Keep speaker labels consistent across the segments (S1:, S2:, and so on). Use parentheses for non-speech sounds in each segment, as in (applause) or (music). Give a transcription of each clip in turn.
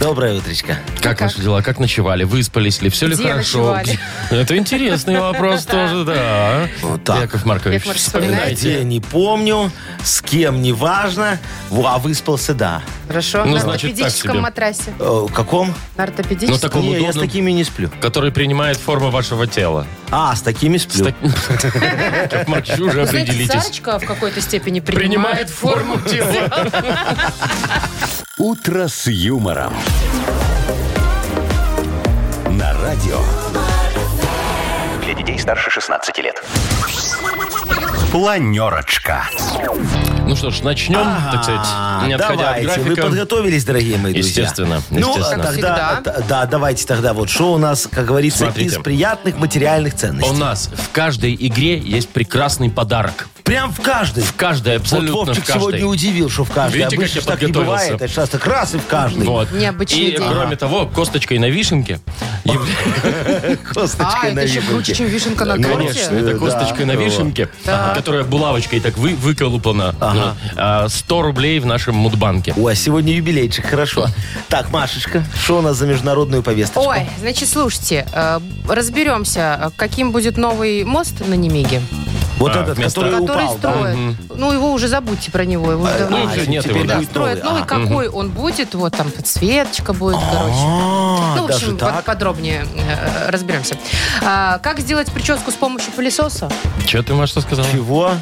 S1: Доброе утречко.
S2: Как, ваши дела? Как ночевали? Выспались ли? Все ли
S3: Где
S2: хорошо?
S3: ночевали?
S2: (laughs) Это интересный
S3: (laughs)
S2: вопрос тоже, да.
S1: Вот так.
S2: Яков Маркович,
S3: Яков Маркович,
S2: вспоминайте.
S1: Где Э, не помню, с кем не важно. Во, А выспался, да.
S3: Хорошо.
S2: Ну,
S3: на
S2: значит, так
S3: ортопедическом
S2: себе.
S3: матрасе.
S1: Э, каком?
S3: На ортопедическом.
S2: Ну, таком
S1: Не, я с
S2: удобном.
S1: такими не сплю.
S2: Который принимает форму вашего тела.
S1: А, с такими сплю.
S2: (laughs) Яков Маркович, уже
S3: Вы знаете,
S2: определитесь.
S3: Сарочка в какой-то степени
S2: Принимает
S3: принимает.
S2: форму
S3: (laughs)
S2: тела.
S4: «Утро с юмором». На радио. Для детей старше 16 лет. Планерочка.
S2: Ну что ж, начнем, так
S1: А,
S2: сказать, не отходя от
S1: Давайте, вы
S2: графика.
S1: подготовились, дорогие мои друзья?
S2: Естественно,
S1: Ну,
S2: естественно.
S1: тогда,
S3: Как
S1: т- да, давайте тогда вот, что у нас, как говорится,
S2: Смотрите.
S1: из приятных материальных
S2: У
S1: ценностей.
S2: нас в каждой игре есть прекрасный подарок.
S1: Прям в каждой.
S2: В каждой, абсолютно
S1: вот
S2: в
S1: Вовчик
S2: каждой.
S1: сегодня удивил, что в каждой.
S2: Видите, как
S1: Обычно
S2: я
S1: ж так не
S2: подготовился.
S1: бывает, а сейчас так раз и в каждой.
S2: Вот.
S3: Необычный
S2: И,
S3: день.
S2: кроме того, косточкой на вишенке является
S1: Косточкой
S3: А, это
S1: на
S3: еще
S1: вишенке.
S3: круче, чем вишенка на
S1: Ну,
S2: Конечно,
S3: торте.
S1: Э,
S2: это
S1: да.
S2: косточка на
S1: Вот.
S2: вишенке,
S3: Так.
S2: которая булавочкой так вы, выколупана. Ну, а, 100 рублей в нашем мудбанке.
S1: Ой, а сегодня юбилейчик, хорошо. Так, Машечка, что у нас за международную повесточку?
S3: Ой, значит, слушайте, э, разберемся, э, каким будет новый мост на Немиге,
S1: вот
S2: а,
S1: этот,
S2: вместо-
S1: который,
S3: который
S1: упал, да?
S3: строят. Ну, его уже забудьте про него, его уже
S1: А,
S3: давно
S2: ну,
S3: нет.
S2: всё, нет
S1: теперь
S2: его, да.
S1: будет
S3: Строят новый,
S1: а.
S3: какой он будет, вот там подсветочка будет, короче.
S1: А,
S3: Ну, в
S1: даже
S3: общем, под-
S1: так?
S3: подробнее э, разберемся. А, как сделать прическу с помощью пылесоса?
S2: Че ты, Маш, что сказала?
S1: Чего?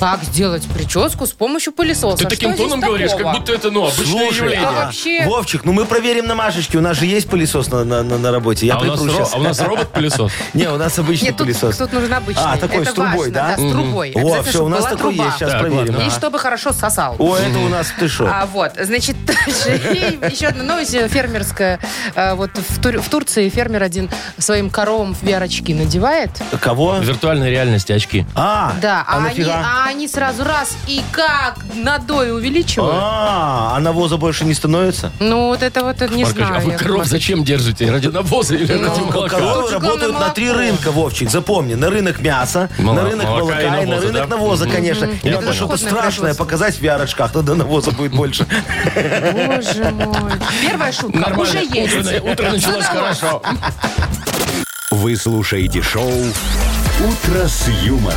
S3: Как сделать прическу с помощью пылесоса?
S2: Ты таким
S3: Что здесь
S2: тоном говоришь, как
S3: такого?
S2: будто это, ну, обычное
S1: Слушай,
S2: явление.
S3: а вообще-
S1: Вовчик, ну мы проверим на Машечке. У нас же есть пылесос на, на, на- на работе. Я
S2: А у нас
S1: припру
S2: ро-
S1: сейчас.
S2: а у нас робот-пылесос.
S1: (laughs) Не, у нас обычный
S3: Нет, тут,
S1: пылесос.
S3: тут нужен обычный.
S1: А, такой,
S3: Это
S1: с трубой,
S3: важно,
S1: да?
S3: с трубой.
S1: О,
S3: Обязательно,
S1: все,
S3: чтобы
S1: у нас
S3: была
S1: такой
S3: труба.
S1: есть. Сейчас
S2: Так,
S1: проверим.
S2: ладно.
S3: И
S1: а.
S3: чтобы хорошо сосал.
S1: О, это у нас ты шо?
S3: А вот, значит, (laughs) дальше. И еще одна новость э, фермерская. Э, Вот в, Тур- в Турции фермер один своим коровам в VR-очки надевает.
S1: Кого?
S2: В виртуальной реальности очки.
S1: А,
S3: Да,
S1: а
S3: а, они,
S1: нафига?
S3: а они сразу раз и как надой увеличивают.
S1: А, а навоза больше не становится?
S3: Ну, вот это вот не
S2: Маркович,
S3: знаю.
S2: а вы
S3: Яков
S2: коров
S3: Маркович.
S2: зачем держите? Ради навоза или
S1: Ну,
S2: ради молока?
S3: коров-
S1: Коровы
S3: Лучше,
S1: работают
S3: главное,
S1: на три
S3: молоко.
S1: рынка, Вовчик, запомни. На рынок мяса,
S2: Мало-
S1: на рынок
S2: молока
S1: молока,
S2: и
S1: и на
S2: навоза,
S1: рынок
S2: да?
S1: навоза, конечно. И
S2: Я
S1: надо
S2: понял.
S1: что-то
S3: Животное
S1: страшное
S3: производство.
S1: показать в VR-очках, тогда навоза будет больше.
S3: Боже
S2: (laughs)
S3: мой. Первая шутка.
S2: Нормально.
S3: Уже есть.
S2: Утро, на- утро началось хорошо.
S4: Вы слушаете шоу «Утро с юмором»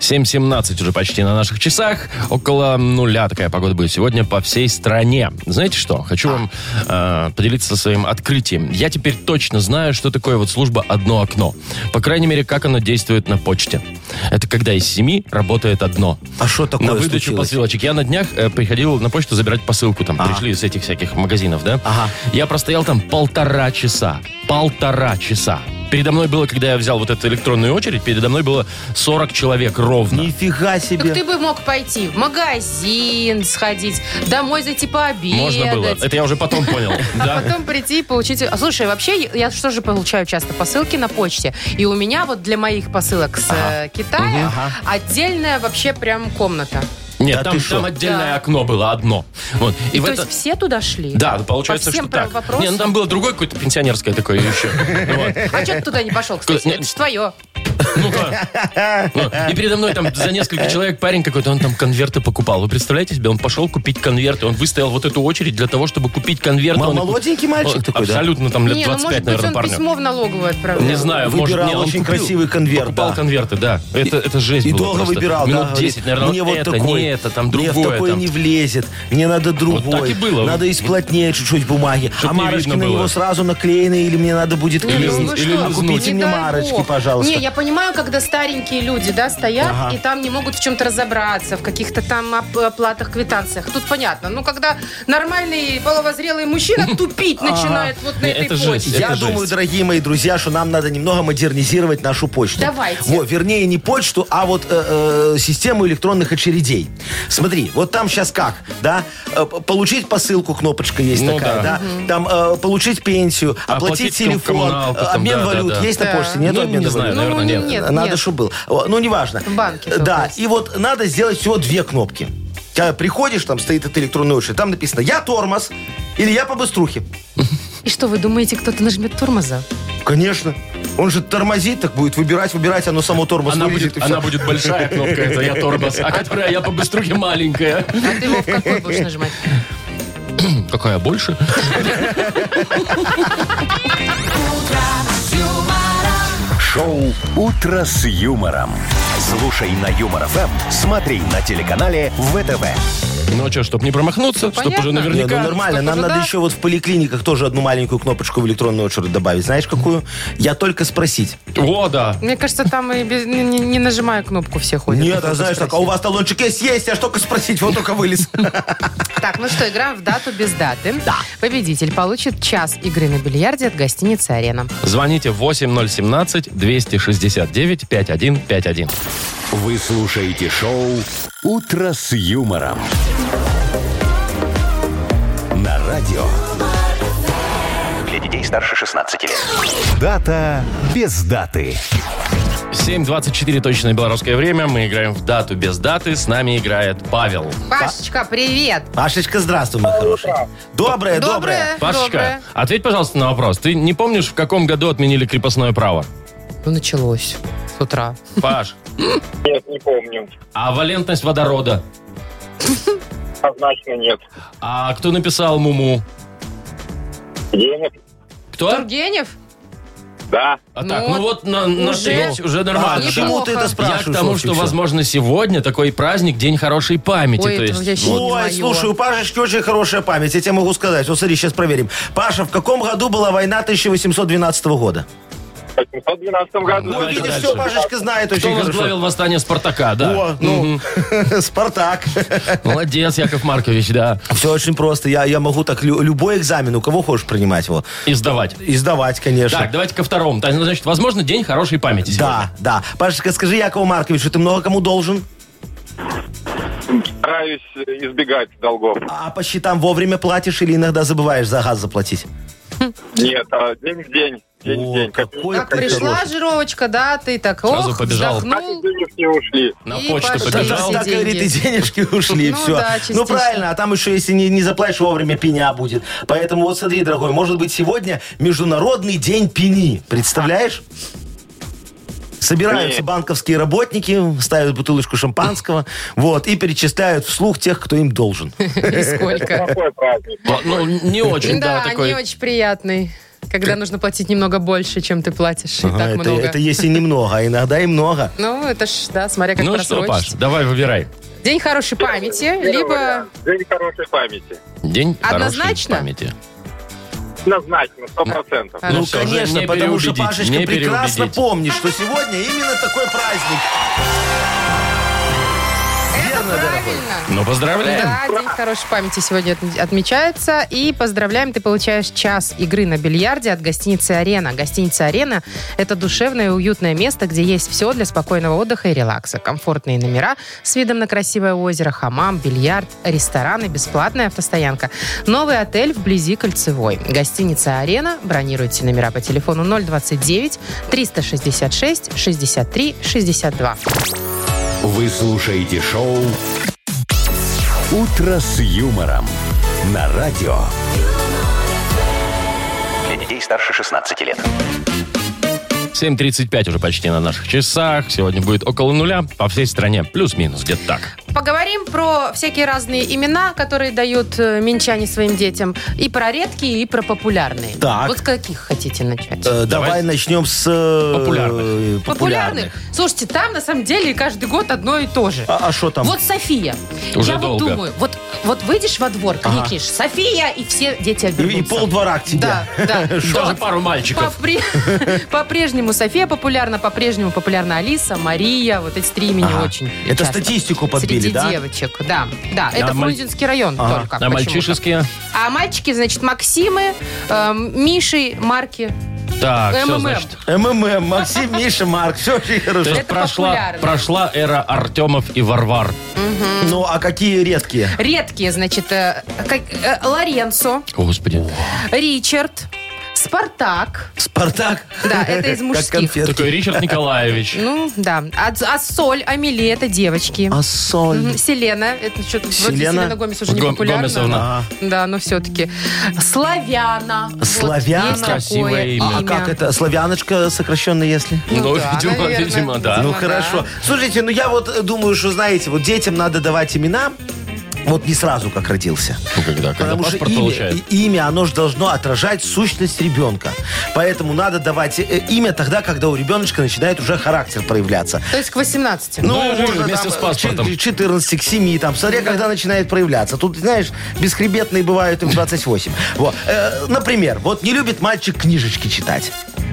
S2: 7.17 уже почти на наших часах. Около нуля такая погода будет сегодня по всей стране. Знаете что? Хочу вам э, поделиться своим открытием. Я теперь точно знаю, что такое вот служба «Одно окно». По крайней мере, как оно действует на почте. Это когда из семи работает одно.
S1: А что такое
S2: На выдачу
S1: случилось?
S2: посылочек. Я на днях э, приходил на почту забирать посылку. Там пришли из этих всяких магазинов, да?
S1: Ага.
S2: Я простоял там полтора часа. Полтора часа. Передо мной было, когда я взял вот эту электронную очередь, передо мной было 40 человек ровно.
S1: Нифига
S3: Так ты
S1: себе.
S3: бы мог пойти в магазин сходить, домой зайти пообедать.
S2: Можно было. Это я уже потом
S3: (laughs)
S2: понял.
S3: А
S2: Да.
S3: потом прийти и получить... А слушай, вообще, я что же получаю часто? Посылки на почте. И у меня вот для моих посылок с э, Китая отдельная вообще прям комната.
S2: Нет,
S1: Да
S2: там,
S1: ты шо?
S2: там отдельное
S3: Да.
S2: окно было, одно. Вот. И, в
S3: То
S2: это-
S3: есть все туда шли?
S2: Да, получается,
S3: По всем
S2: что
S3: прям
S2: так.
S3: вопросам?
S2: Не, ну там было другое какое-то пенсионерское такое
S3: (laughs)
S2: еще. Вот.
S3: А что ты туда не пошел, кстати?
S2: Нет.
S3: Это же твое.
S2: Ну-ка.
S1: (laughs)
S2: Вот. И передо мной там за несколько человек парень какой-то, он там конверты покупал. Вы представляете себе? Он пошел купить конверты, он выстоял вот эту очередь для того, чтобы купить конверты.
S1: М-
S2: Он и куп-
S1: Молоденький
S2: Он
S1: мальчик такой, да?
S2: Абсолютно там лет
S3: не, ну
S2: 25,
S3: может быть,
S2: наверное,
S3: он
S2: парню.
S3: письмо в налоговую отправлял.
S2: Не знаю, может,
S1: Выбирал
S2: не, он
S1: очень
S2: купил,
S1: красивый конверт,
S2: Покупал
S1: да.
S2: конверты, да. Это, это жесть
S1: И
S2: было
S1: долго
S2: просто.
S1: выбирал,
S2: Минут
S1: да? говорит,
S2: 10, наверное.
S1: Мне вот
S2: это,
S1: такой.
S2: не это, там другое.
S1: Мне в такой
S2: там.
S1: не влезет. Мне надо другой.
S2: так и было.
S1: Надо из плотнее чуть-чуть бумаги.
S2: Чтоб
S1: а
S2: не
S1: марочки
S2: видно
S1: на
S2: было.
S1: него сразу наклеены, или мне надо будет
S3: Не,
S2: Или-
S1: клеить.
S3: ну вы
S2: или
S3: что?
S2: лизнуть.
S1: Купите
S3: Не
S1: мне
S3: дай
S1: марочки,
S3: бог.
S1: пожалуйста.
S3: Не, я понимаю, когда старенькие люди, да, стоят
S1: Ага.
S3: и там не могут в чем-то разобраться, в каких-то там оп- оплатах, квитанциях. Тут понятно. Ну, когда нормальный половозрелый
S1: (laughs)
S3: мужчина тупить начинает вот на
S2: Не,
S3: этой
S2: это жесть.
S3: почте.
S1: Я
S2: Это
S1: думаю,
S2: жесть.
S1: дорогие мои друзья, что нам надо немного модернизировать нашу почту.
S3: Давайте.
S1: Во, вернее, не почту, а вот э, э, систему электронных очередей. Смотри, вот там сейчас как, да? Э, п- Получить посылку, кнопочка есть
S2: Ну да.
S1: такая, да? Там э, получить пенсию,
S2: Оплатить
S1: оплатить
S2: там
S1: телефон,
S2: коммуналку,
S1: э,
S2: там,
S1: обмен
S2: да, да,
S1: валют
S2: да.
S1: есть
S3: Да.
S1: на почте? Нет
S2: Ну,
S1: обмена
S2: не знаю,
S1: валют?
S2: наверное, нет.
S1: Надо, чтобы был. О, Ну, неважно.
S3: В банке только
S1: Да,
S3: есть.
S1: и вот надо сделать всего две кнопки. У тебя приходишь, там стоит эта электронная очередь, там написано «Я тормоз» или «Я по быструхе».
S3: И что, вы думаете, кто-то нажмет тормоза?
S1: Конечно. Он же тормозит, так будет выбирать, выбирать, оно само тормоз
S2: Она
S1: вылезет
S2: будет,
S1: и всё.
S2: она будет большая кнопка, это я тормоз, а которая я по быструхе маленькая. Хм,
S3: А ты его в какой будешь нажимать?
S2: Какая больше?
S4: Шоу «Утро с юмором». Слушай на Юмор ФМ, смотри на телеканале ВТВ.
S2: Ну что, чтобы не промахнуться, чтобы уже
S3: понятно.
S1: Не, ну
S2: наверняка...
S1: нормально,
S3: Чтоб
S1: нам
S3: уже
S1: надо
S3: да.
S1: еще вот в поликлиниках тоже одну маленькую кнопочку в электронную очередь добавить. Знаешь, какую? Я только спросить.
S2: О, да.
S3: Мне кажется, там и без- не, не- не нажимая кнопку все ходят.
S1: Нет,
S3: Кто-то
S1: а знаешь, так, а у вас талончик есть? Есть, я ж только спросить, вот
S2: (laughs)
S1: только вылез.
S3: Так, ну что, играем в дату без даты. Да. Победитель получит час игры на бильярде от гостиницы «Арена».
S2: Звоните 8017-269-5151.
S4: Вы слушаете шоу «Утро с юмором». На радио.
S5: Для детей старше 16 лет.
S4: Дата без даты.
S2: 7.24 точное белорусское время. Мы играем в дату без даты. С нами играет Павел.
S3: Пашечка, привет!
S1: Пашечка, здравствуй, мой хороший. Доброе, доброе.
S2: Пашечка,
S3: доброе.
S2: ответь, пожалуйста, на вопрос. Ты не помнишь, в каком году отменили крепостное право?
S3: Ну, началось с утра.
S2: Паш,
S6: Нет, не помню.
S2: а валентность водорода?
S6: Однозначно нет.
S2: А кто написал Муму?
S6: Денег?
S2: Кто?
S3: Тургенев?
S6: Да.
S2: А так,
S3: Ну,
S2: ну вот на, на
S3: уже.
S2: треть уже нормально.
S3: А,
S2: да.
S1: ну, Почему ты это
S2: Я
S1: спрашиваешь?
S2: к тому, что,
S1: Вовчик, всё?
S2: возможно, сегодня такой праздник, День хорошей памяти.
S3: Ой,
S2: то
S3: это
S2: есть,
S3: вообще
S2: вот.
S3: не
S1: Ой,
S3: твоё.
S1: слушай, у Пашечки очень хорошая память, я тебе могу сказать. Вот смотри, сейчас проверим. Паша, в каком году была война 1812 года?
S6: В 812
S2: Ну,
S6: году.
S1: Ой,
S2: Давайте
S1: видишь,
S2: дальше.
S1: все, Пашечка знает
S2: Кто
S1: очень
S2: возглавил
S1: хорошо.
S2: восстание Спартака, да?
S1: О, ну, (laughs) Спартак.
S2: Молодец, Яков Маркович, да.
S1: Все очень просто. Я, я могу так лю- любой экзамен, у кого хочешь принимать его.
S2: И сдавать.
S1: И сдавать, конечно.
S2: Так, давайте ко второму. Так, ну, Значит, возможно, День хорошей памяти сегодня.
S1: да, да. Пашечка, скажи Якову Марковичу, ты много кому должен?
S6: Стараюсь э, избегать долгов.
S1: А по счетам вовремя платишь или иногда забываешь за газ заплатить?
S6: Нет, а день в день. День в
S1: О,
S6: день. Как
S1: какой
S3: Как
S1: ты
S3: пришла
S1: хороший.
S3: жировочка, да, ты так,
S2: Сразу
S3: ох,
S2: побежал.
S3: вздохнул.
S6: денег не ушли.
S2: На
S3: И
S2: почту
S3: пошли.
S1: Так,
S2: побежал.
S3: Все
S1: так, говорит, и
S3: деньги.
S1: денежки ушли,
S3: Ну
S1: все.
S3: да, частично.
S1: ну правильно, а там еще, если не, не заплатишь вовремя, пеня будет. Поэтому вот смотри, дорогой, может быть, сегодня Международный день пени. Представляешь? Собираются
S6: Нет.
S1: банковские работники, ставят бутылочку шампанского, вот, и перечисляют вслух тех, кто им должен.
S3: И сколько?
S6: Какой праздник?
S2: Ну, не (laughs) очень, да,
S3: Да, не
S2: такой.
S3: очень приятный. Когда нужно платить немного больше, чем ты платишь. И
S1: Ага,
S3: (laughs) так
S1: А это,
S3: много.
S1: это если немного, а иногда и много.
S3: Ну, это ж, да, смотря как
S2: Ну что, Паш,
S3: просрочить.
S2: давай выбирай.
S3: День хорошей памяти,
S6: Первый
S3: либо...
S6: вариант. День хорошей памяти.
S2: День хорошей
S3: Однозначно?
S2: памяти.
S6: Однозначно,
S3: Хорошо.
S6: 100%.
S2: Ну, всё, уже
S1: Ну, Конечно,
S2: не
S1: потому что
S2: переубедить,
S1: Пашечка
S2: не
S1: прекрасно
S2: переубедить.
S1: помнит, что сегодня именно такой праздник. Верно, дорогой.
S3: Правильно.
S2: Ну, поздравляем.
S3: Да, день хорошей памяти сегодня отм- отмечается. И поздравляем, ты получаешь час игры на бильярде от гостиницы «Арена». Гостиница «Арена» — это душевное и уютное место, где есть все для спокойного отдыха и релакса. Комфортные номера с видом на красивое озеро, хамам, бильярд, рестораны, бесплатная автостоянка. Новый отель вблизи Кольцевой. Гостиница «Арена». Бронируйте номера по телефону 029 366 63 62.
S4: Вы слушаете шоу «Утро с юмором» на радио.
S5: Для детей старше 16 лет.
S2: 7.35 уже почти на наших часах. Сегодня будет около нуля по всей стране. Плюс-минус, где-то так.
S3: Поговорим про всякие разные имена, которые дают э, минчане своим детям. И про редкие, и про популярные.
S1: Так.
S3: Вот с каких хотите начать?
S1: Э, Давай начнем с... э,
S2: Популярных.
S1: э, популярных.
S3: Слушайте, там на самом деле каждый год одно и то же.
S1: А что там?
S3: Вот София.
S2: Уже
S3: Я
S2: долго.
S3: вот думаю, вот, вот выйдешь во двор, крикнешь «София!» и все дети
S1: И,
S3: обернутся.
S1: и полдвора к тебе.
S3: Да, да.
S1: (laughs) Э,
S2: Даже пару мальчиков.
S3: Попре- (laughs) По-прежнему София популярна, по-прежнему популярна Алиса, Мария. Вот эти три имени
S1: Ага.
S3: очень
S1: Это
S3: часто.
S1: статистику подбили,
S3: Среди
S1: да?
S3: девочек, да. Да, это
S2: маль-
S3: Фрунзенский район
S1: Ага.
S3: только.
S2: А
S3: почему-то.
S2: мальчишеские?
S3: А мальчики, значит, Максимы, эм, Миши, Марки.
S2: Так, все,
S3: МММ.
S2: значит.
S1: МММ, Максим, Миша, Марк, все очень
S2: То
S1: хорошо.
S2: есть прошла,
S3: популярно.
S2: прошла эра Артемов и Варвар.
S1: Ну, а какие редкие?
S3: Редкие, значит, э, как- э, Лоренцо,
S2: О, Господи.
S3: Ричард, Спартак.
S1: Спартак?
S3: Да, это из
S1: Как
S3: мужских.
S1: конфетки.
S2: Такой Ричард Николаевич.
S3: Ну, да. А, а Соль, Амели, это девочки.
S1: А соль?
S3: Мгм. Селена, это что-то вроде
S1: Селена?
S3: Селена Гомес уже не
S2: Гом-
S3: популярна.
S2: Гомесовна.
S1: А,
S3: Да, но все-таки. Славяна. Вот,
S1: Славяна?
S3: есть
S2: Красивое
S3: такое
S2: имя.
S1: а как это? Славяночка сокращенная, если?
S2: Ну,
S3: да,
S2: видимо,
S3: наверное.
S2: видимо, да.
S3: Ну,
S1: Ну
S3: да.
S1: хорошо. Слушайте, ну я вот э, думаю, что знаете, вот детям надо давать имена. Вот не сразу, как родился.
S2: Ну, когда, когда
S1: Потому что
S2: паспорт
S1: имя,
S2: получает.
S1: и- имя, оно же должно отражать сущность ребенка. Поэтому надо давать э, имя тогда, когда у ребеночка начинает уже характер проявляться.
S3: То есть к 18.
S2: Ну, и
S1: можно
S2: вместе с паспортом.
S1: ч- 14 к 7, там, смотря когда начинает проявляться. Тут, знаешь, бесхребетные бывают и в 28. Вот. Э, например, вот не любит мальчик книжечки читать.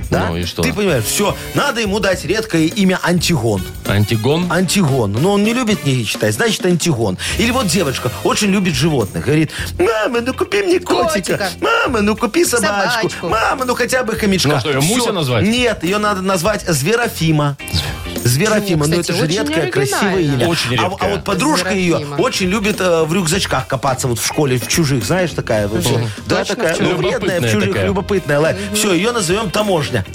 S1: Да?
S2: Ну и что?
S1: Ты понимаешь, все, надо ему дать редкое имя Антигон.
S2: Антигон.
S1: Антигон. Но он не любит книги читать, значит, Антигон. Или вот девочка очень любит животных. Говорит, мама, ну купи мне котика.
S3: Котика.
S1: Мама, ну купи собачку.
S3: Собачку.
S1: Мама, ну хотя бы хомячка.
S2: Ну что, её
S1: Всё.
S2: Муся назвать?
S1: Нет, ее надо назвать Зверофима. Зверофима,
S3: Ну,
S1: ну это
S3: кстати,
S1: же
S3: очень
S1: редкое, красивое
S3: оригинально.
S1: имя.
S2: Очень
S1: А- А,
S2: редкое.
S1: вот подружка ее
S3: Зверофима.
S1: очень любит э, в рюкзачках копаться вот в школе, в чужих, знаешь, такая. вот.
S3: Чужих.
S1: Да,
S3: Точно
S1: такая,
S3: в
S1: ну,
S2: чужих.
S1: вредная, в
S2: Любопытная
S1: чужих,
S2: такая.
S1: любопытная. Все, ее назовем таможня.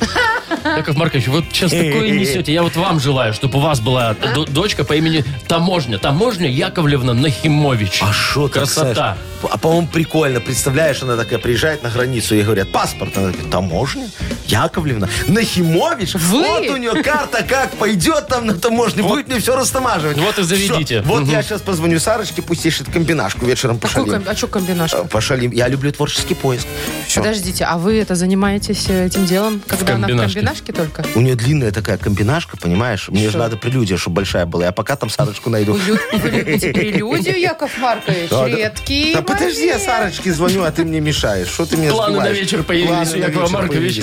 S2: Яков Маркович, вы сейчас такое несете. Я вот вам желаю, чтобы у вас была до- дочка по имени Таможня. Таможня Яковлевна Нахимович.
S1: А что так,
S2: Красота.
S1: Саш? А по-моему, прикольно. Представляешь, она такая приезжает на границу, ей говорят, паспорт. Она такая, таможня? Яковлевна? Нахимович?
S3: Вы?
S1: Вот у нее карта как пойдет там на таможне, будет мне все растамаживать.
S2: Вот и заведите.
S1: Всё. Вот
S2: Мгм.
S1: я сейчас позвоню Сарочке, пусть ищет комбинашку, вечером
S3: Какую
S1: пошалим.
S3: ком- а что комбинашка?
S1: Э, Пошалим. Я люблю творческий поиск. Все.
S3: Подождите, а вы это занимаетесь э, этим делом, когда она в
S2: комбинашке.
S3: комбинашке только?
S1: У нее длинная такая комбинашка, понимаешь? Мне же
S3: Что?
S1: надо прелюдия, чтобы большая была. Я пока там Сарочку найду.
S3: Уют, вы любите прелюдию, Яков Маркович?
S1: Да, да.
S3: Редкий
S1: Да подожди, я
S3: момент.
S1: Сарочке звоню, а ты мне мешаешь. Что ты мне
S2: Планы на
S1: сбиваешь?
S2: вечер появились
S1: Планы
S2: у
S1: на
S2: Якова
S1: вечер
S2: Марковича.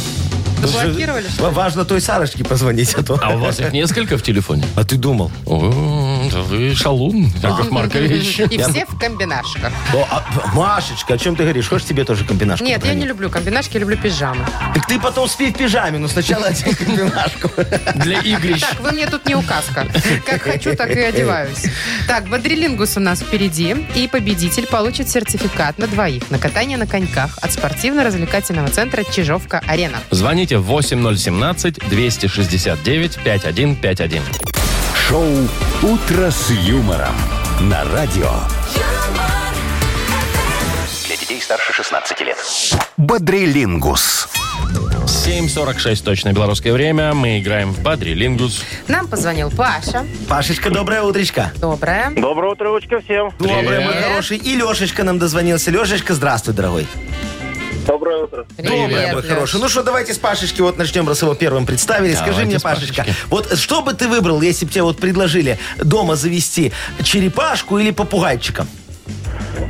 S3: Заблокировали, что ли?
S1: Ва- Важно той Сарочке позвонить, а то...
S2: А у вас их несколько в телефоне?
S1: А ты думал?
S2: О, да вы шалун, Яков Маркович.
S3: И все в комбинашках.
S1: О, а, Машечка, о чем ты говоришь? Хочешь тебе тоже комбинашку?
S3: Нет, я не
S1: подарить?
S3: люблю комбинашки, я люблю пижамы.
S1: Так ты потом спи в пижаме, но сначала (laughs) одень комбинашку.
S2: Для Игрищ.
S3: Так, вы мне тут не указка. Как хочу, так и одеваюсь. Так, бодрилингус у нас впереди. И победитель получит сертификат на двоих на катание на коньках от спортивно-развлекательного центра «Чижовка-арена».
S2: Звоните 8017-269-5151.
S4: Шоу «Утро с юмором» на радио
S7: юмор,
S5: Для детей старше 16 лет.
S4: «Бодрилингус».
S2: 7.46 точно белорусское время. Мы играем в Бадрилингус.
S3: Нам позвонил Паша.
S1: Пашечка, доброе утречко.
S3: Доброе.
S6: Доброе утро, всем.
S1: Доброе, мой
S2: Привет.
S1: хороший. И Лешечка нам дозвонился. Лешечка, здравствуй, дорогой.
S6: Доброе утро.
S1: Доброе, мой
S3: Леш.
S1: хороший. Ну что, давайте с Пашечки вот начнем, раз его первым представили. Скажи
S2: Давайте
S1: мне,
S2: с Пашечки.
S1: Пашечка, вот что бы ты выбрал, если бы тебе вот предложили дома завести черепашку или попугайчика?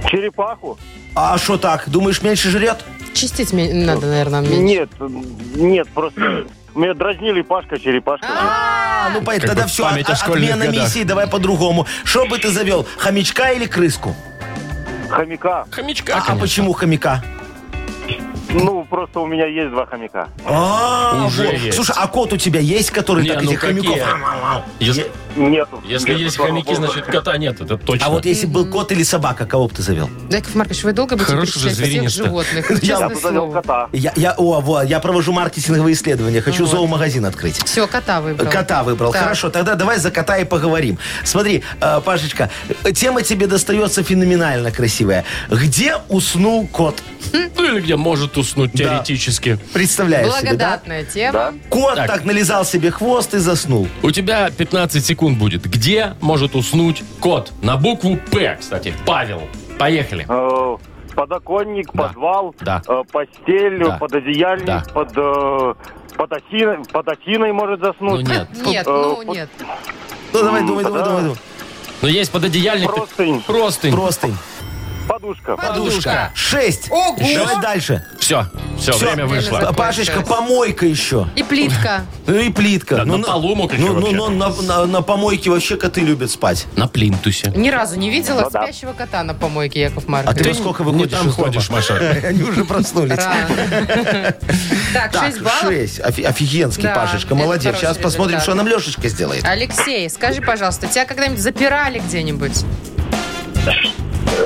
S6: Черепаху?
S1: А что так? Думаешь, меньше жрет?
S3: Чистить мне надо, наверное, меньше.
S6: Нет, нет, просто меня дразнили Пашка Черепашка.
S1: А, ну поэтому
S2: Как
S1: тогда
S2: бы
S1: все,
S2: память о школьных
S1: отмена
S2: годах.
S1: миссии, давай по-другому. Что бы ты завел, хомячка или крыску?
S6: Хомяка.
S2: Хомячка,
S1: А, а
S2: конечно.
S1: почему хомяка?
S6: Ну, просто у меня есть два хомяка.
S1: А,
S2: Уже
S1: вот.
S2: есть.
S1: Слушай, а кот у тебя есть, который
S2: Не,
S1: так
S2: ну
S1: этих хомяков?
S2: какие?
S1: Ам-ам-ам.
S2: Если,
S6: Нету. ну,
S2: если есть хомяки, значит кота нет, это точно.
S1: А вот если бы был кот или собака, кого бы ты завел?
S3: Яков Маркович, вы долго будете
S2: Хороший же
S3: перечислять всех
S2: зверинец-то.
S3: животных?
S1: (laughs)
S6: Я
S3: Честное
S6: бы завел
S3: слово.
S6: кота.
S1: Я, я, о, во, я провожу маркетинговые исследования, хочу зоомагазин открыть.
S3: Все, кота выбрал.
S1: Кота выбрал.
S3: Так.
S1: Хорошо, тогда давай за кота и поговорим. Смотри, э, Пашечка, э, тема тебе достается феноменально красивая. Где уснул кот?
S2: Ну или где может уснуть теоретически.
S1: Представляешь себе, да?
S3: Благодатная тема.
S1: Кот
S2: Так.
S1: так. нализал себе хвост и заснул.
S2: У тебя 15 секунд будет. Где может уснуть кот? На букву П, кстати. Павел. Поехали.
S1: А,
S6: Э, Подоконник,
S2: Да.
S6: подвал,
S2: Да.
S6: э, постель,
S2: Да.
S6: пододеяльник,
S2: Да.
S6: под, э, под, осиной, под осиной может
S2: Ну
S6: заснуть.
S2: нет.
S1: Э,
S3: Нет, ну нет.
S1: Ну, давай, думай,
S6: да.
S1: думай, думай, думай.
S2: Но Ну, есть пододеяльник.
S6: Простынь.
S2: Простынь.
S1: Простынь.
S6: Под подушка.
S3: Подушка.
S1: Шесть.
S3: Ого!
S1: Давай дальше.
S2: Все, все,
S1: Всё.
S2: время вышло.
S3: Время
S1: Пашечка,
S3: шесть.
S1: помойка еще.
S3: И плитка.
S1: Ну и плитка.
S2: Да,
S1: ну,
S2: на полу мог еще
S1: ну, ну,
S2: вообще.
S1: ну, на, на- на помойке вообще коты любят спать.
S2: На плинтусе.
S3: Ни разу не видела
S6: Ну да.
S3: спящего кота на помойке, Яков
S1: А ты,
S3: Маркович.
S1: во сколько
S2: Не
S1: выходишь
S2: там
S1: из дома?
S2: ходишь, Маша.
S1: (laughs) Они уже проснулись.
S3: Рано. (laughs) Так,
S1: Так,
S3: 6 баллов.
S1: шесть. Офи- офигенский,
S3: Да,
S1: Пашечка,
S3: это
S1: молодец.
S3: хороший
S1: Сейчас посмотрим,
S3: результат.
S1: что нам Лешечка сделает.
S3: Алексей, скажи, пожалуйста, тебя когда-нибудь запирали где-нибудь?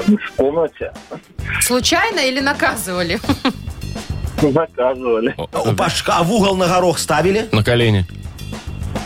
S6: В комнате
S3: Случайно или
S6: (laughs)
S3: наказывали?
S6: заказывали.
S1: У Пашка, а в угол на горох ставили?
S2: На колени.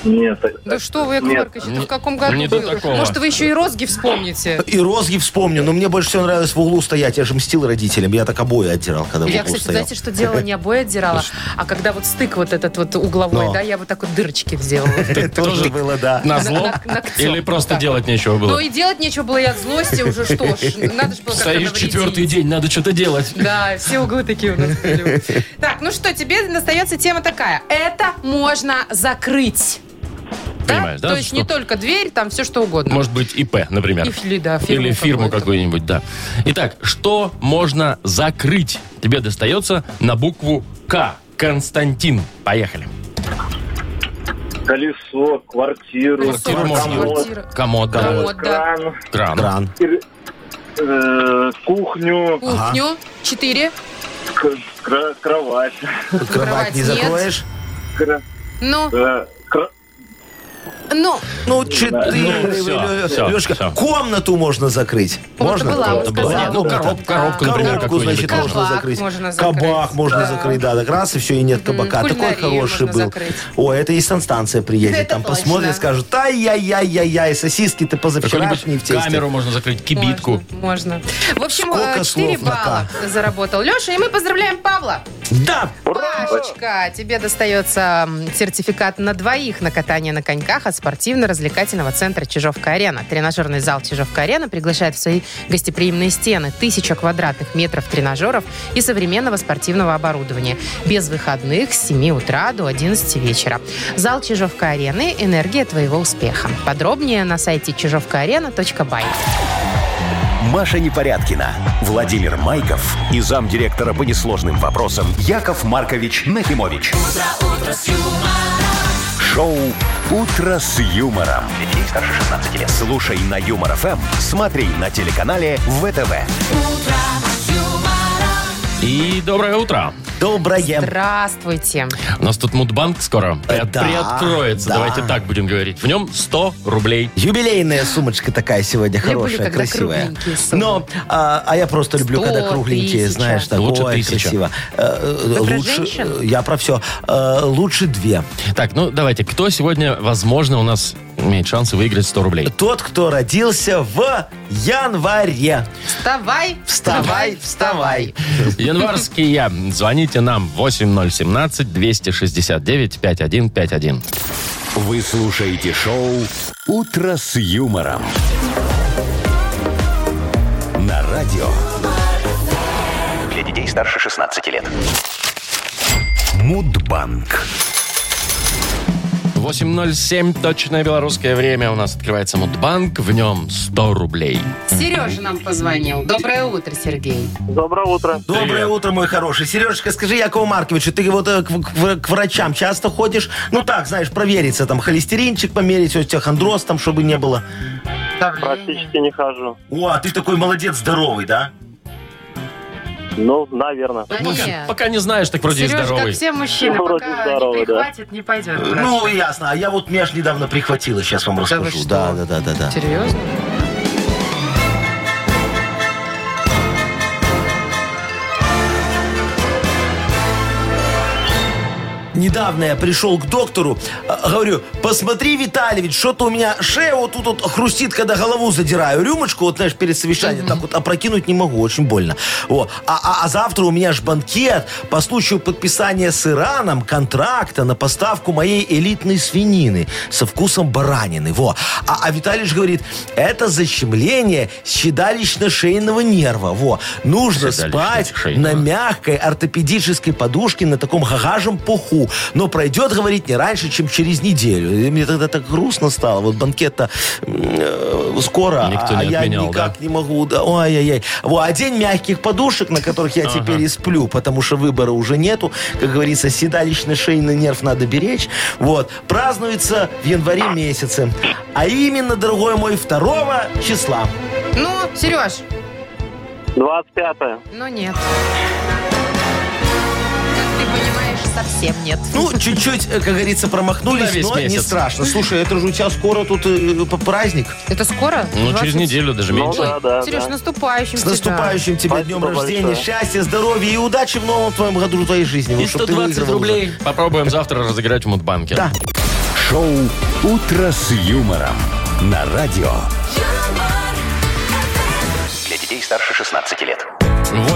S6: Нет.
S3: Да что вы, Яков
S6: Нет.
S3: Маркович, это в каком году
S2: не до
S3: было?
S2: такого.
S3: Может, вы еще и розги
S1: (laughs)
S3: вспомните?
S1: И розги вспомню, но мне больше всего нравилось в углу стоять. Я же мстил родителям, я так обои отдирал, когда в
S3: Я,
S1: углу
S3: кстати,
S1: стоял.
S3: знаете, что делала? Не обои отдирала, а когда вот стык вот этот вот угловой,
S1: Но.
S3: да, я вот так вот дырочки делала.
S1: Это (laughs) тоже было, да.
S2: На
S3: На-
S2: зло?
S3: на- ногтем.
S2: Или просто
S3: Так.
S2: делать нечего
S3: Ну
S2: было?
S3: и делать нечего было, я от злости уже, что ж. Надо же было как-то
S2: Стоишь
S3: навредить.
S2: четвертый день, надо что-то делать.
S3: Да, все углы такие у нас были. Так, ну что, тебе остается тема такая. Это можно закрыть.
S2: Понимаешь, да,
S3: То есть
S2: что-
S3: не только дверь, там все что угодно.
S2: Может быть, ИП, например.
S3: Или, да, фирму
S2: Или фирму
S3: какую-то.
S2: какую-нибудь, да. Итак, что можно закрыть? Тебе достается на букву К. Константин. Поехали.
S6: Колесо, квартиру,
S3: Колесо,
S2: Квартиру можно.
S3: квартира.
S2: Комод, да.
S3: Комод, да.
S6: кран,
S2: Кран.
S1: Кран.
S6: э, кухню,
S3: Кухню. Четыре.
S6: к- кра- кровать,
S1: Кровать не
S3: нет.
S1: закроешь?
S6: кра-
S3: Ну,
S6: э, кра-
S3: ну,
S1: Ну, четыре.
S2: Ну, всё,
S1: Лё-
S2: всё,
S1: Лёшка,
S2: всё.
S1: комнату можно закрыть.
S3: Комната
S1: можно?
S3: была, он
S1: Комната была.
S2: Ну,
S3: сказал.
S1: комната.
S2: коробку, коробку, например,
S1: Коробку,
S2: какую-нибудь.
S1: значит, можно
S3: Кабак
S1: закрыть.
S3: можно закрыть.
S1: Кабак можно
S3: Да.
S1: закрыть, да, так раз, и все, и нет кабака. Такой
S3: кулинарию
S1: хороший
S3: можно
S1: был.
S3: закрыть.
S1: О, это и станция приедет,
S3: Это
S1: там посмотрят,
S3: точно.
S1: скажут, ай-яй-яй-яй-яй, сосиски ты позавчерашние в
S2: Какую-нибудь
S1: тесте.
S2: камеру можно закрыть, кибитку.
S3: Можно. можно. В общем,
S1: Сколько
S3: 4
S1: слов на
S3: балла заработал Леша, и мы поздравляем Павла.
S1: Да,
S3: Пашечка, тебе достается м, сертификат на двоих на катание на коньках от спортивно-развлекательного центра «Чижовка-арена». Тренажерный зал «Чижовка-арена» приглашает в свои гостеприимные стены тысяча квадратных метров тренажеров и современного спортивного оборудования. Без выходных с 7 утра до 11 вечера. Зал «Чижовка-арены» – энергия твоего успеха. Подробнее на сайте чижовкаарена.бай.
S4: Маша Непорядкина, Владимир Майков и замдиректора по несложным вопросам Яков Маркович Нахимович. Шоу Утро с юмором. Детей старше 16 лет. Слушай на юмор ФМ, смотри на телеканале ВТВ.
S2: И доброе утро.
S1: доброе.
S3: Здравствуйте.
S2: У нас тут Мудбанк скоро
S1: Э,
S2: приот-
S1: да,
S2: приоткроется.
S1: да.
S2: Давайте так будем говорить. В нем 100 рублей.
S1: Юбилейная сумочка такая сегодня
S3: Люблю,
S1: хорошая,
S3: когда
S1: красивая.
S3: кругленькие сумки.
S1: Но, а, а я просто люблю,
S3: Сто,
S1: когда кругленькие,
S3: тысяча.
S1: знаешь, так,
S2: Лучше
S1: ой,
S2: тысяча.
S1: красиво. Э, э,
S3: Вы про
S1: лучше,
S3: женщин?
S1: э, я про все. лучше две.
S2: Так, ну давайте, кто сегодня, возможно, у нас имеет шансы выиграть 100 рублей?
S1: Тот, кто родился в январе.
S3: Вставай,
S1: Вставай, вставай.
S2: Январский я. Звоните нам 8017-269-5151.
S4: Вы слушаете шоу Утро с юмором. На радио
S5: Для детей старше 16 лет.
S4: Мудбанк.
S2: 8.07, точное белорусское время. У нас открывается Мудбанк, в нем 100 рублей.
S3: Сережа нам позвонил. Доброе утро, Сергей.
S6: Доброе утро.
S1: Доброе утро, мой хороший. Сережечка, скажи Якову Марковичу, ты вот э, к, к- к врачам часто ходишь? Ну так, знаешь, провериться, там, холестеринчик померить, остеохондроз там, чтобы не было.
S6: Практически не хожу.
S1: О, а ты такой молодец, здоровый, да?
S6: Ну, наверное.
S3: Да
S2: Пока,
S3: нет.
S2: пока не знаешь, так вроде и
S3: Сережа,
S2: здоровый.
S3: как все мужчины,
S6: Ну, вроде
S3: пока
S6: здоровый,
S3: не
S6: да.
S3: прихватит, не пойдет. к врачу.
S1: Ну, ясно. А я вот, меня ж недавно прихватило, сейчас вам
S3: Да вы
S1: расскажу.
S3: что?
S1: Да, да, да, да, да.
S3: Серьезно?
S1: Недавно я пришел к доктору, э, говорю, посмотри, Витальевич, что-то у меня шея вот тут вот хрустит, когда голову задираю. Рюмочку, вот знаешь, перед совещанием так вот опрокинуть не могу, очень больно. О, а, а- а завтра у меня ж банкет по случаю подписания с Ираном контракта на поставку моей элитной свинины со вкусом баранины. Во. А, а Витальевич говорит, это защемление щедалищно-шейного нерва. Во. Нужно спать на
S2: Щиталищно-шейного.
S1: мягкой ортопедической подушке на таком гагажем пуху. могу, но пройдет, говорит, не раньше, чем через неделю. И мне тогда так грустно стало. Вот банкет-то э, скоро, а-
S2: Никто
S1: а,
S2: не
S1: я
S2: отменял,
S1: никак
S2: да?
S1: не могу. Да, ой-ой-ой. Во, а день мягких подушек, на которых я теперь и сплю, потому что выбора уже нету. Как говорится, седалищный шейный нерв надо беречь. Вот. Празднуется в январе месяце. А именно, дорогой мой, 2 числа.
S3: Ну, Сереж,
S6: 25-е.
S3: ну нет. Как ты понимаешь, совсем нет.
S1: Ну, чуть-чуть, э, как говорится,
S2: На
S1: промахнулись,
S2: весь
S1: но не
S2: месяц.
S1: страшно. Слушай, это же у тебя скоро тут э, п- праздник.
S3: Это скоро?
S2: Ну, через
S3: 20?
S2: неделю даже
S6: Ну,
S2: меньше.
S6: да, да,
S3: Сереж,
S6: да.
S3: наступающим
S1: С
S3: тебя.
S1: наступающим тебя
S6: Спасибо
S1: днем рождения,
S6: большое.
S1: счастья, здоровья и удачи в новом твоем году твоей жизни.
S2: И
S1: Вот, Ну, чтоб ты
S2: 120
S1: выиграл уже.
S2: рублей. Попробуем завтра разыграть в Мудбанке.
S1: Да.
S4: Шоу «Утро с юмором» на радио.
S7: юмор,
S5: Для детей старше 16 лет.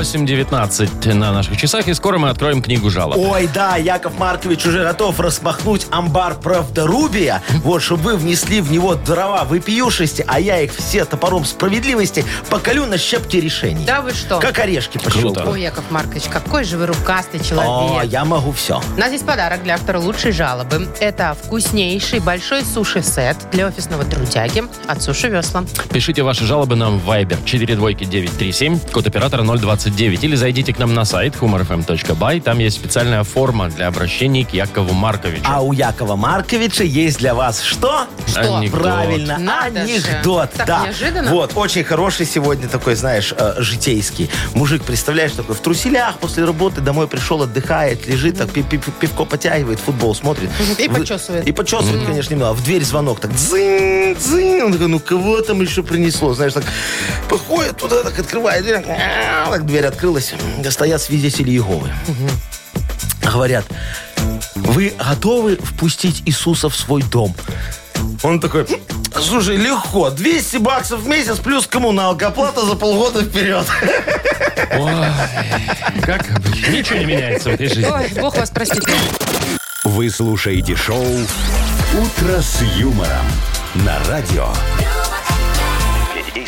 S2: 8.19 на наших часах, и скоро мы откроем книгу жалоб.
S1: Ой, да, Яков Маркович уже готов распахнуть амбар правдорубия, вот, чтобы вы внесли в него дрова выпиюшести, а я их все топором справедливости поколю на щепки решений.
S3: Да вы что?
S1: Как орешки по
S2: Круто.
S3: Ой, Яков Маркович, какой же вы рукастый человек.
S1: О, я могу все.
S3: У нас есть подарок для автора лучшей жалобы. Это вкуснейший большой суши-сет для офисного трудяги от Суши Весла.
S2: Пишите ваши жалобы нам в Viber 42937, код оператора 029. Или зайдите к нам на сайт humorfm.by. Там есть специальная форма для обращений к Якову Марковичу.
S1: А у Якова Марковича есть для вас что?
S3: Что?
S2: Анекдот.
S1: Правильно,
S3: Надо же.
S1: анекдот,
S3: Так
S1: да.
S3: неожиданно.
S1: Вот, очень хороший сегодня такой, знаешь, э, житейский. Мужик, представляешь, такой в труселях после работы домой пришел, отдыхает, лежит, так пи- пи- пи- пивко потягивает, футбол смотрит.
S3: И
S1: В-
S3: почесывает.
S1: И почесывает, конечно, немного. А В дверь звонок так дзынь, дзынь. Он такой, ну кого там еще принесло? Знаешь, так походит туда, так открывает дверь. «Мяу», Так дверь открылась. Стоят свидетели Иеговы. Говорят, вы готовы впустить Иисуса в свой дом? Он такой, слушай, легко, 200 баксов в месяц плюс коммуналка, оплата за полгода вперед.
S2: Ой, как обычно. Ничего не меняется в этой жизни.
S3: Ой, бог вас простит.
S4: Вы слушаете шоу «Утро с юмором» на радио.
S5: Для детей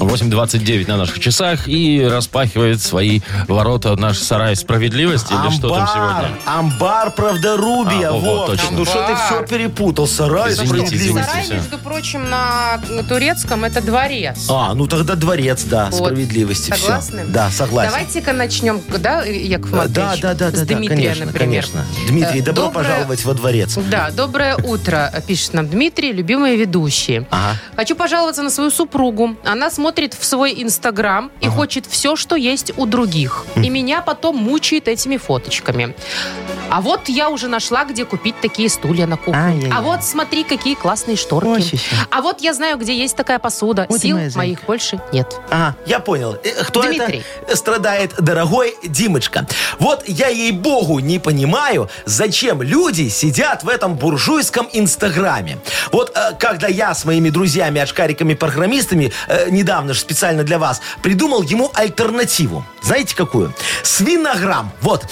S2: 8.29 на наших часах и распахивает свои ворота наш сарай справедливости или что там сегодня?
S1: амбар правдорубия.
S2: А, во, во,
S1: вот,
S2: точно.
S1: ну что ты
S3: Амбар.
S1: все перепутал, сарай
S2: Извините,
S1: справедливости.
S2: извините.
S3: Сарай,
S2: всё.
S3: между прочим, на турецком это дворец.
S1: А, ну тогда дворец, да,
S3: Вот.
S1: справедливости. всё.
S3: Согласны?
S1: Да, согласен.
S3: Давайте-ка начнем, да, Яков
S1: Да,
S3: Маркович?
S1: да, да, да,
S3: С
S1: да,
S3: Дмитрия,
S1: конечно,
S3: например.
S1: конечно. Дмитрий,
S3: Э,
S1: добро
S3: доброе-
S1: пожаловать во дворец.
S3: Да, доброе утро, пишет нам Дмитрий, любимые ведущие.
S1: Ага.
S3: Хочу пожаловаться на свою супругу. Она смотрит в свой Инстаграм и хочет все, что есть у других. И меня потом мучает этими фоточками. А вот я уже нашла, где купить такие стулья на кухне.
S1: Ай-яй-яй.
S3: А вот смотри, какие классные шторки.
S1: Ой-щи-щи.
S3: А вот я знаю, где есть такая посуда.
S1: Вот и
S3: Сил
S1: моя зайка.
S3: моих больше нет.
S1: Ага, я понял. Э, Кто
S3: Дмитрий.
S1: это страдает, дорогой Димочка? Вот я ей-богу не понимаю, зачем люди сидят в этом буржуйском инстаграме. Вот э, когда я с моими друзьями, очкариками-программистами, э, недавно же специально для вас, придумал ему альтернативу. Знаете какую? Свинограмм. Вот.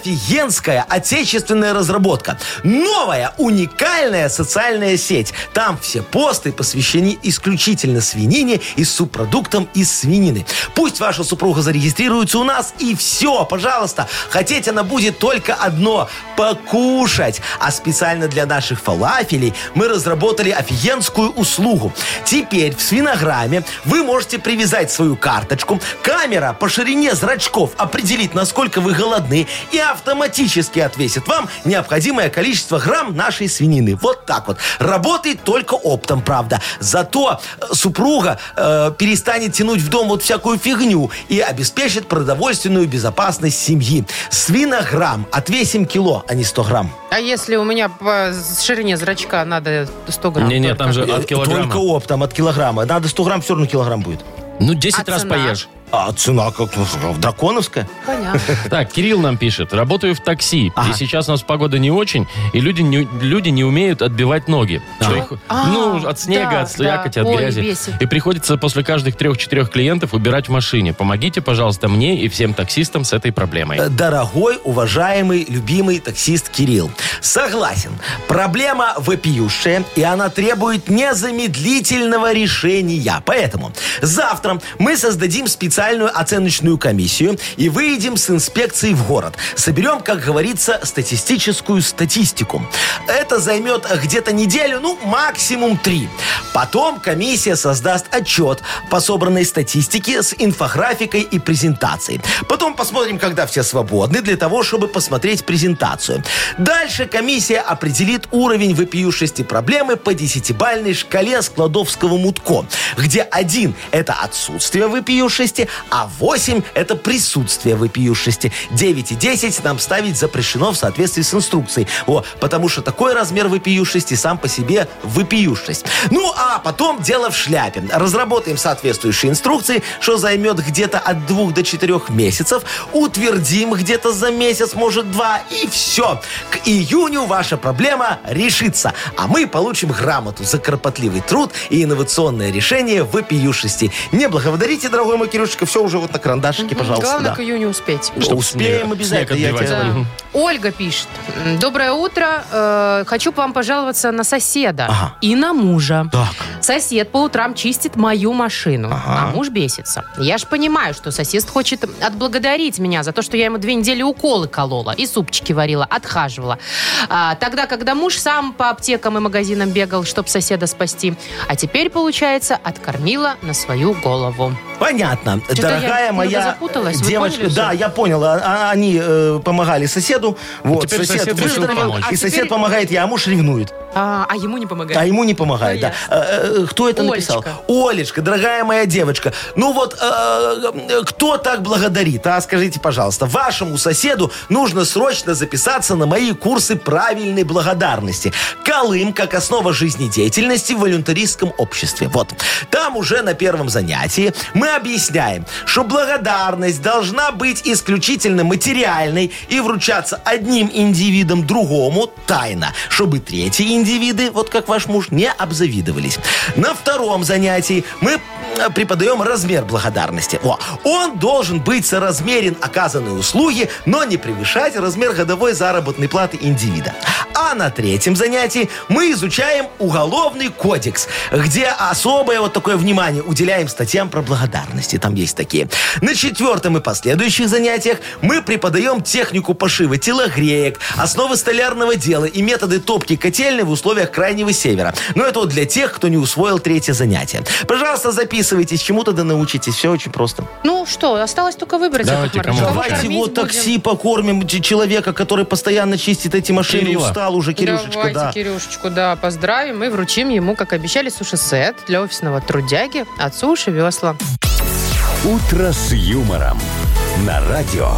S1: Офигенская отечественная разработка. Новая, уникальная социальная сеть. Там все посты посвящены исключительно свинине и субпродуктам из свинины. Пусть ваша супруга зарегистрируется у нас и все, пожалуйста. Хотеть она будет только одно – покушать. А специально для наших фалафелей мы разработали офигенскую услугу. Теперь в свинограмме вы можете привязать свою карточку, камера по ширине зрачков определит, насколько вы голодны, и автоматически отвесит вам необходимое количество грамм нашей свинины. Вот так вот. Работает только оптом, правда. Зато э, супруга э, перестанет тянуть в дом вот всякую фигню и обеспечит продовольственную безопасность семьи. Свинограмм. Отвесим кило, а не 100 грамм.
S3: А если у меня по ширине зрачка надо 100 грамм?
S2: Не-не,
S3: только?
S2: там же от
S1: Э, Только
S2: килограмма.
S1: оптом, от килограмма. Надо 100 грамм, все равно килограмм будет.
S2: Ну, 10
S3: А
S2: раз
S3: цена?
S2: поешь.
S1: А цена как? ну, Драконовская? (laughs)
S3: Понятно.
S2: Так, Кирилл нам пишет. Работаю в такси. И
S1: Ага.
S2: сейчас у нас погода не очень, и люди не, люди не умеют отбивать ноги. Что их-
S3: А,
S2: ну, от снега,
S3: да,
S2: от слякоти,
S3: да.
S2: от
S3: Ой,
S2: грязи.
S3: бесит.
S2: И приходится после каждых трех-четырех клиентов убирать в машине. Помогите, пожалуйста, мне и всем таксистам с этой проблемой.
S1: Э, Дорогой, уважаемый, любимый таксист Кирилл. Согласен. Проблема вопиющая, и она требует незамедлительного решения. Поэтому завтра мы создадим специальный специальную оценочную комиссию и выйдем с инспекцией в город. Соберем, как говорится, статистическую статистику. Это займет где-то неделю, ну, максимум три. Потом комиссия создаст отчет по собранной статистике с инфографикой и презентацией. Потом посмотрим, когда все свободны, для того, чтобы посмотреть презентацию. Дальше комиссия определит уровень вопиюшести проблемы по десятибальной шкале Складовского мутко, где один – это отсутствие вопиюшести, а 8 – это присутствие вопиюшести. 9 и 10 нам ставить запрещено в соответствии с инструкцией. О, потому что такой размер вопиюшести сам по себе вопиюшесть. Ну, а потом дело в шляпе. Разработаем соответствующие инструкции, что займет где-то от 2 до 4 месяцев, утвердим где-то за месяц, может, два, и все. К июню ваша проблема решится, а мы получим грамоту за кропотливый труд и инновационное решение вопиюшести. Не благодарите, дорогой мой Кирюшечка, все уже вот на карандашике, Типа, пожалуйста.
S3: Главное
S1: да.
S3: к июню успеть.
S1: Что, успеем
S2: снег-
S1: обязательно.
S2: снег
S1: я
S2: отбивать
S1: тебя-
S3: Да. Ольга пишет. М, Доброе утро. Э, Хочу вам пожаловаться на соседа
S1: Ага.
S3: и на мужа.
S1: Так.
S3: Сосед по утрам чистит мою машину, а муж бесится. Я ж понимаю, что сосед хочет отблагодарить меня за то, что я ему две недели уколы колола и супчики варила, отхаживала. А, тогда, когда муж сам по аптекам и магазинам бегал, чтобы соседа спасти. А теперь, получается, откормила на свою голову.
S1: Понятно.
S3: Что-то
S1: Дорогая
S3: я
S1: моя
S3: немного запуталась. Вы
S1: девочка,
S3: поняли
S1: да,
S3: всё?
S1: я понял. А- а- Они э, помогали соседу. Вот,
S2: теперь сосед решил
S1: выздоровел,
S2: помочь.
S3: А
S1: и
S3: теперь-
S1: сосед помогает, я, а муж ревнует.
S3: А, а ему не помогает.
S1: А ему не помогает,
S3: Ну,
S1: да. Э, э, Кто это
S3: Олечка.
S1: написал? Олечка, дорогая моя девочка. Ну вот, э, э, кто так благодарит, а? Скажите, пожалуйста. Вашему соседу нужно срочно записаться на мои курсы правильной благодарности. Колым как основа жизнедеятельности в волюнтаристском обществе. Вот. Там уже на первом занятии мы объясняем, что благодарность должна быть исключительно материальной и вручаться одним индивидом другому тайно, чтобы третьи индивиды, вот как ваш муж, не обзавидовались. На втором занятии мы м, преподаем размер благодарности. О, он должен быть соразмерен оказанной услуги, но не превышать размер годовой заработной платы индивида. А на третьем занятии мы изучаем уголовный кодекс, где особое вот такое внимание уделяем статьям про благодарности. Там есть такие. На четвертом и последующих занятиях мы преподаем технику пошива телогреек, основы столярного дела и методы топки котельной в условиях Крайнего Севера. Но это вот для тех, кто не усвоил третье занятие. Пожалуйста, записывайтесь, чему-то да научитесь. Все очень просто.
S3: Ну что, осталось только выбрать.
S2: Давайте,
S3: Яков Маркович.
S2: кому
S3: Кого
S1: Давайте
S3: кормить
S1: его
S3: будем?
S1: такси покормим ч- человека, который постоянно чистит эти машины.
S2: Кирилла.
S1: Устал уже, Кирюшечка,
S3: Давайте
S1: да.
S3: Кирюшечку, да, поздравим и вручим ему, как обещали, суши-сет для офисного трудяги от Суши Весла.
S4: «Утро с юмором» на радио.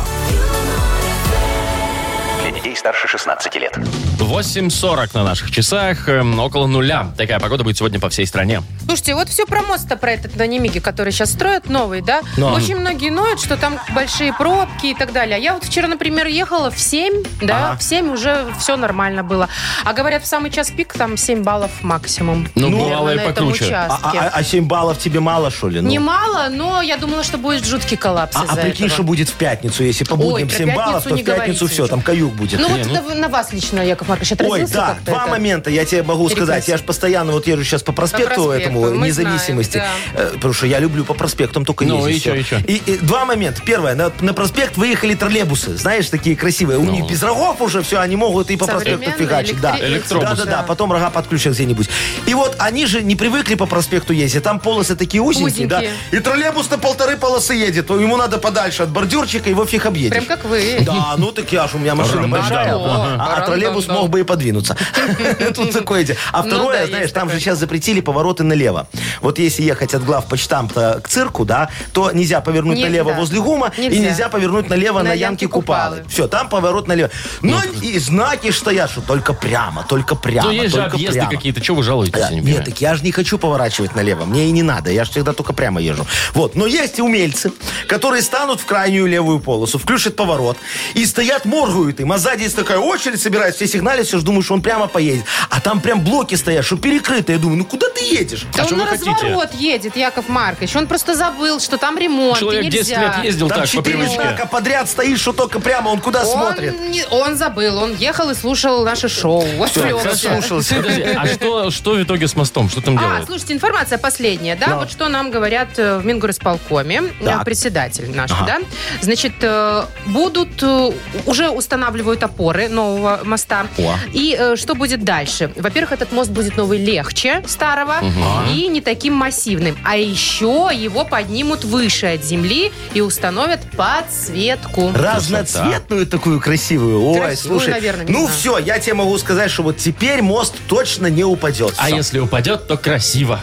S5: Для детей старше 16 лет.
S2: 8.40 на наших часах, эм, около нуля. Такая погода будет сегодня по всей стране.
S3: Слушайте, вот все про мост-то, про этот на Немиге, который сейчас строят, новый, да?
S2: Да.
S3: Очень многие ноют, что там большие пробки и так далее. А я вот вчера, например, ехала в 7, да,
S1: Ага.
S3: в 7 уже все нормально было. А говорят, в самый час пик там 7 баллов максимум.
S2: Ну,
S3: Примерно
S2: бывало и
S3: на этом
S2: покруче.
S1: А,
S3: участке.
S1: а- а 7 баллов тебе мало, что ли? Ну.
S3: Немало, но я думала, что будет жуткий коллапс
S1: а, а
S3: из-за
S1: прикинь,
S3: этого.
S1: что будет в пятницу, если по
S3: Ой,
S1: будням
S3: про
S1: 7 баллов,
S3: пятницу
S1: то
S3: не
S1: в пятницу все,
S3: говорите ничего.
S1: там каюк будет.
S3: Ну вот это на вас лично, Яков Маркович,
S1: Ой,
S3: отразился
S1: да,
S3: как-то
S1: два
S3: это?
S1: момента я тебе могу
S3: перекосил?
S1: сказать. Я же постоянно вот езжу сейчас по проспекту,
S3: проспекту,
S1: этому
S3: мы
S1: независимости.
S3: знаем,
S1: Э, Потому что я люблю по проспектам только
S2: Ну,
S1: ездить.
S2: и чё, и
S1: всё.
S2: чё?
S1: и, два момента. Первое, на, на проспект выехали троллейбусы, знаешь, такие красивые.
S2: Ну.
S1: У них без рогов уже все, они могут и по проспекту
S3: Современные,
S1: фигачить. Да.
S3: электри-
S2: Электробусы.
S1: Да, да, да, потом рога подключат где-нибудь. И вот они же не привыкли по проспекту ездить. Там полосы такие узенькие, да.
S3: Узенькие.
S1: И троллейбус на полторы полосы едет. Ему надо подальше от бордюрчика, его фиг объедешь.
S3: Прям как вы.
S1: Да, ну так я ж, у меня машина
S2: Рам-дам-дам.
S1: большая.
S3: Ага.
S1: А- А троллейбус
S3: Рам-дам-дам.
S1: мог бы и
S3: (laughs)
S1: подвинуться. Тут такое дело. А
S3: Ну
S1: второе,
S3: да,
S1: знаешь,
S3: есть
S1: там же
S3: такое.
S1: сейчас запретили повороты налево. Вот если ехать от глав почтамта к цирку, да, то нельзя повернуть
S3: Нельзя.
S1: налево возле ГУМа и
S3: Нельзя.
S1: нельзя повернуть налево
S3: На
S1: на
S3: Янке
S1: Янке Купалы.
S3: Купалы.
S1: Все, там поворот налево. Но и знаки стоят, что только прямо, только прямо,
S2: Ну, есть же
S1: только
S2: объезды
S1: прямо.
S2: какие-то. Чего вы жалуетесь?
S1: Да,
S2: я не
S1: Нет,
S2: понимаю?
S1: так А я же не хочу поворачивать налево. Мне и не надо. Я же всегда только прямо езжу. Вот. Но есть и умельцы, которые станут в крайнюю левую полосу, включат поворот и стоят, моргают им, а сзади Здесь такая очередь собирает, все сигналят, все ж думаю, что он прямо поедет. А там прям блоки стоят, что перекрыты. Я думаю, ну куда ты едешь?
S3: Да
S2: А что
S3: он на
S2: вы хотите?
S3: разворот едет, Яков Маркович. Он просто забыл, что там ремонт, и
S2: Человек 10
S3: нельзя.
S2: лет ездил
S1: Там
S2: так по
S1: четыре
S2: привычке.
S1: знака подряд стоишь, что только прямо он куда смотрит.
S3: Он, не- он забыл, он ехал и слушал наше шоу. Отвлекся.
S1: Слушался.
S2: Подожди, а что, что в итоге с мостом? Что там
S3: А,
S2: делают?
S3: слушайте, информация последняя, да? Вот что нам говорят э, в Мингорисполкоме, э,
S1: Так.
S3: председатель наш, да? Значит, э, будут, э, уже устанавливают опоры нового моста.
S2: О.
S3: И э, что будет дальше? Во-первых, этот мост будет новый легче старого и не таким массивным. А еще его поднимут выше от земли и установят подсветку.
S1: Разноцветную такую красивую. Ой,
S3: Красивую,
S1: слушай.
S3: наверное, не
S1: ну
S3: знаю.
S1: все, я тебе могу сказать, что вот теперь мост точно не упадет.
S2: А
S1: Всё.
S2: если упадет, то красиво.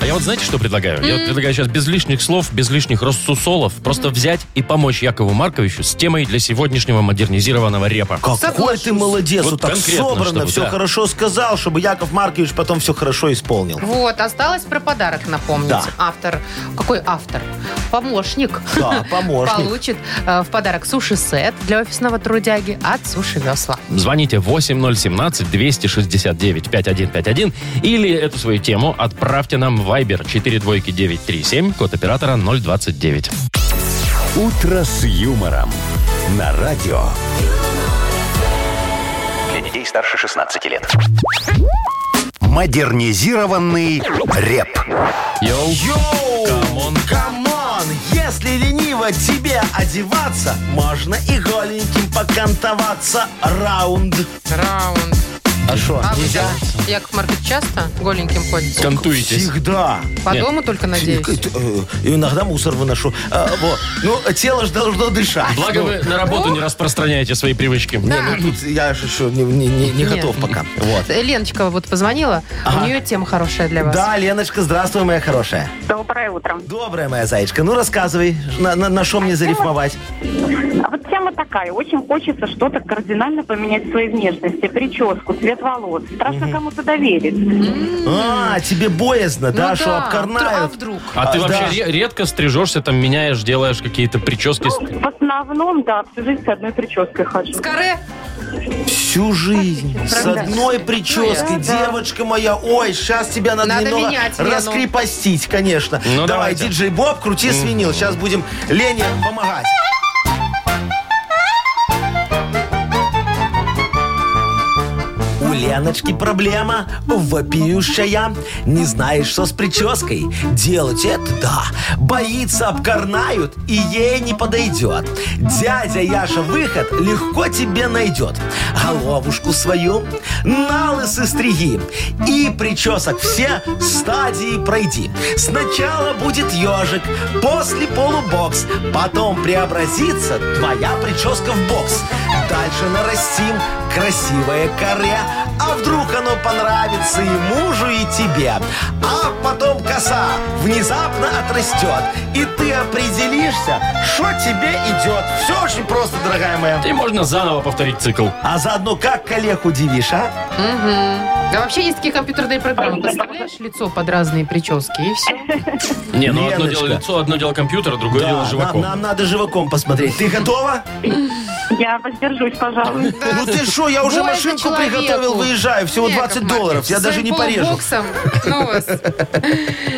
S2: А я вот знаете, что предлагаю? Я вот предлагаю сейчас без лишних слов, без лишних рассусолов просто взять и помочь Якову Марковичу с темой для сегодняшнего модернизированного репа.
S1: Какой ты молодец,
S2: Вот
S1: вот так
S2: конкретно,
S1: собрано,
S2: чтобы,
S1: все
S2: да.
S1: хорошо сказал, чтобы Яков Маркович потом все хорошо исполнил.
S3: Вот, осталось про подарок напомнить.
S1: Да.
S3: Автор. Какой автор? Помощник.
S1: Да, помощник.
S3: Получит э, в подарок суши-сет для офисного трудяги от Суши Весла.
S2: Звоните 8017-269-5151 или эту свою тему отправьте нам в Viber 42937, код оператора 029.
S4: «Утро с юмором» на радио.
S5: Для детей старше 16 лет.
S4: Модернизированный реп.
S2: Йоу,
S1: Йоу!
S2: Камон.
S1: Камон! Камон, если лениво тебе одеваться, можно и голеньким покантоваться. Раунд.
S3: Раунд.
S1: А что,
S3: А вы,
S1: нельзя?
S3: Яков- Яков Маркович, часто голеньким ходите?
S2: Кантуетесь.
S1: Всегда.
S3: По
S2: Нет.
S3: дому только, надеюсь?
S1: Э, э, Иногда мусор выношу. А, вот. Ну, тело же должно дышать.
S2: Благо вы на работу не распространяете свои привычки.
S1: Не, ну тут я же еще не, не- не- не
S3: Нет.
S1: готов пока. Вот.
S3: Э, Леночка вот позвонила, у нее тема хорошая для вас.
S1: Да, Леночка, здравствуй, моя хорошая.
S7: Доброе утро.
S1: Добрая моя зайчка. Ну, рассказывай, на, на, на шо мне зарифмовать?
S7: А вот тема такая. Очень хочется что-то кардинально поменять в своей внешности. Прическу, цвет волос. Страшно кому-то доверить.
S1: А, тебе боязно,
S3: Ну
S1: да, что
S3: да. А
S1: обкорнают?
S3: вдруг?
S2: А ты
S1: А,
S2: вообще
S1: да.
S2: ре- редко стрижешься, там меняешь, делаешь какие-то прически.
S7: Ну, в основном, да, всю жизнь с одной прической хожу.
S3: С каре?
S1: Всю жизнь с
S3: правда.
S1: одной прической.
S7: Ну, я-
S1: Девочка моя, ой, сейчас тебя надо,
S3: Надо
S1: немного
S3: менять ну. Лену.
S1: раскрепостить, конечно.
S2: Ну,
S1: Давай,
S2: давайте.
S1: диджей Боб, крути свинил. Сейчас будем Лене помогать. У Леночки проблема вопиющая. Не знаешь, что с прической делать это, да. Боится, обкорнают и ей не подойдет. Дядя Яша выход легко тебе найдет. Головушку свою на лысо стриги. И причесок все стадии пройди. Сначала будет ежик, после полубокс. Потом преобразится твоя прическа в бокс. Дальше нарастим красивое коре, а вдруг оно понравится и мужу, и тебе. А потом коса внезапно отрастет, и ты определишься, что тебе идет. Все очень просто, дорогая моя.
S2: И можно заново повторить цикл.
S1: А заодно как коллег удивишь, а?
S3: Да вообще есть такие компьютерные программы. Подставляешь лицо под разные прически, и все.
S2: Не, ну одно
S1: Леночка.
S2: дело лицо, одно дело компьютер, другое
S1: Да,
S2: дело
S1: нам-
S2: живаком.
S1: нам надо живаком посмотреть. Ты готова?
S7: Я воздержусь, пожалуй.
S1: Ну ты что, я уже
S3: Больно
S1: машинку
S3: человеку.
S1: приготовил, выезжаю. Всего
S3: Яков
S1: 20
S3: Маркович,
S1: долларов. Я
S3: с
S1: даже
S3: своим
S1: не порежу.
S3: полубоксом. Ну вас.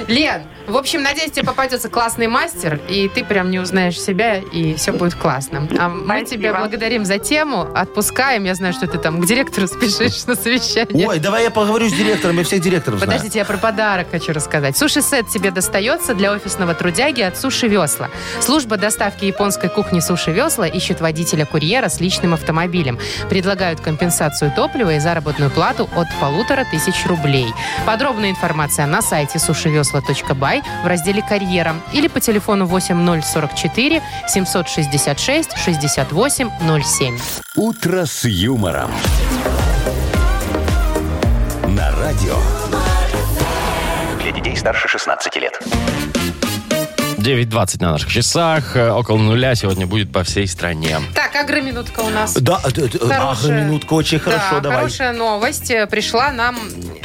S3: Лен, в общем, надеюсь, тебе попадется классный мастер, и ты прям не узнаешь себя, и все будет классно. А мы
S7: Спасибо.
S3: тебя благодарим за тему, отпускаем. Я знаю, что ты там к директору (laughs) спешишь на совещание.
S1: Ой, давай я поговорю с директором, я всех директоров знаю.
S3: Подождите, я про подарок хочу рассказать. Суши-сет тебе достается для офисного трудяги от Суши Весла. Служба доставки японской кухни Суши Весла ищет водителя-курьера с личным автомобилем. Предлагают компенсацию топлива и заработную плату от полутора тысяч рублей. Подробная информация на сайте сушивесла.бай в разделе «Карьера» или по телефону 8044 766 68 07.
S4: «Утро с юмором». На радио.
S5: Для детей старше 16 лет.
S2: 9.20 на наших часах. э, Около нуля сегодня будет по всей стране.
S3: Так, агроминутка у нас.
S1: Да, э, э, э, ах,
S3: Хорошая.
S1: минутку, очень хорошо,
S3: Да,
S1: давай.
S3: хорошая новость э, пришла нам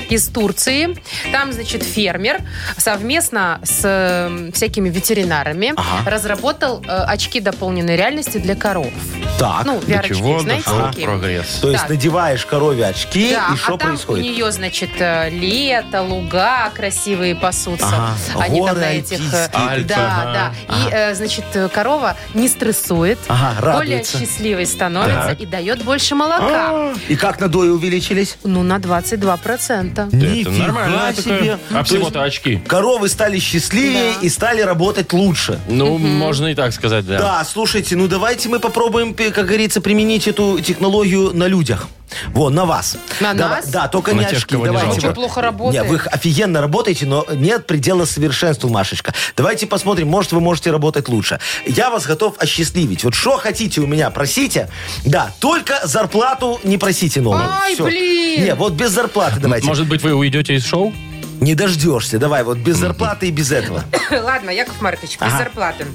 S3: из Турции. Там, значит, фермер совместно с э, всякими ветеринарами разработал э, очки дополненной реальности для коров.
S1: Так,
S3: ну,
S2: До
S3: VR-очки,
S2: чего
S3: знаете,
S2: дошел
S3: такие?
S2: прогресс?
S1: то есть
S3: так.
S1: надеваешь корове очки,
S3: Да,
S1: и что
S3: а там
S1: происходит?
S3: у нее, значит, э, лето, луга красивые пасутся.
S1: Ага,
S3: Они там
S1: горы
S3: на этих... э,
S1: альпийские
S2: Альпы,
S3: да,
S2: ага.
S3: да. И, э, значит, э, корова не стрессует,
S1: Ага,
S3: более
S1: радуется. А,
S3: счастливой становится
S2: Так.
S3: и дает больше молока.
S1: И как надои увеличились?
S3: Ну, на 22%.
S2: Да
S1: Нифига
S2: нормальное такое.
S1: себе.
S2: А
S1: То
S2: всего-то очки.
S1: есть Коровы стали счастливее
S3: Да.
S1: и стали работать лучше.
S2: Ну, можно и так сказать, да.
S1: Да, слушайте, ну давайте мы попробуем, пе- как говорится, применить эту технологию на людях. Во, на вас.
S3: На
S1: Дава-
S3: нас?
S1: Да, только
S2: На
S1: не
S2: тех,
S1: очки.
S2: кого не
S1: Давайте.
S2: жалко.
S3: Очень плохо работает.
S1: Не, вы офигенно работаете, но нет предела совершенству, Машечка. Давайте посмотрим, может, вы можете работать лучше. Я вас готов осчастливить. Вот что хотите у меня, просите. Да, только зарплату не просите новую.
S3: Ай,
S1: Всё.
S3: блин!
S1: Не, вот без зарплаты давайте.
S2: Может быть, вы уйдете из шоу?
S1: Не дождешься. Давай, вот без зарплаты и без этого.
S3: (laughs) Ладно, Яков Маркович, без
S1: Ага.
S3: зарплаты.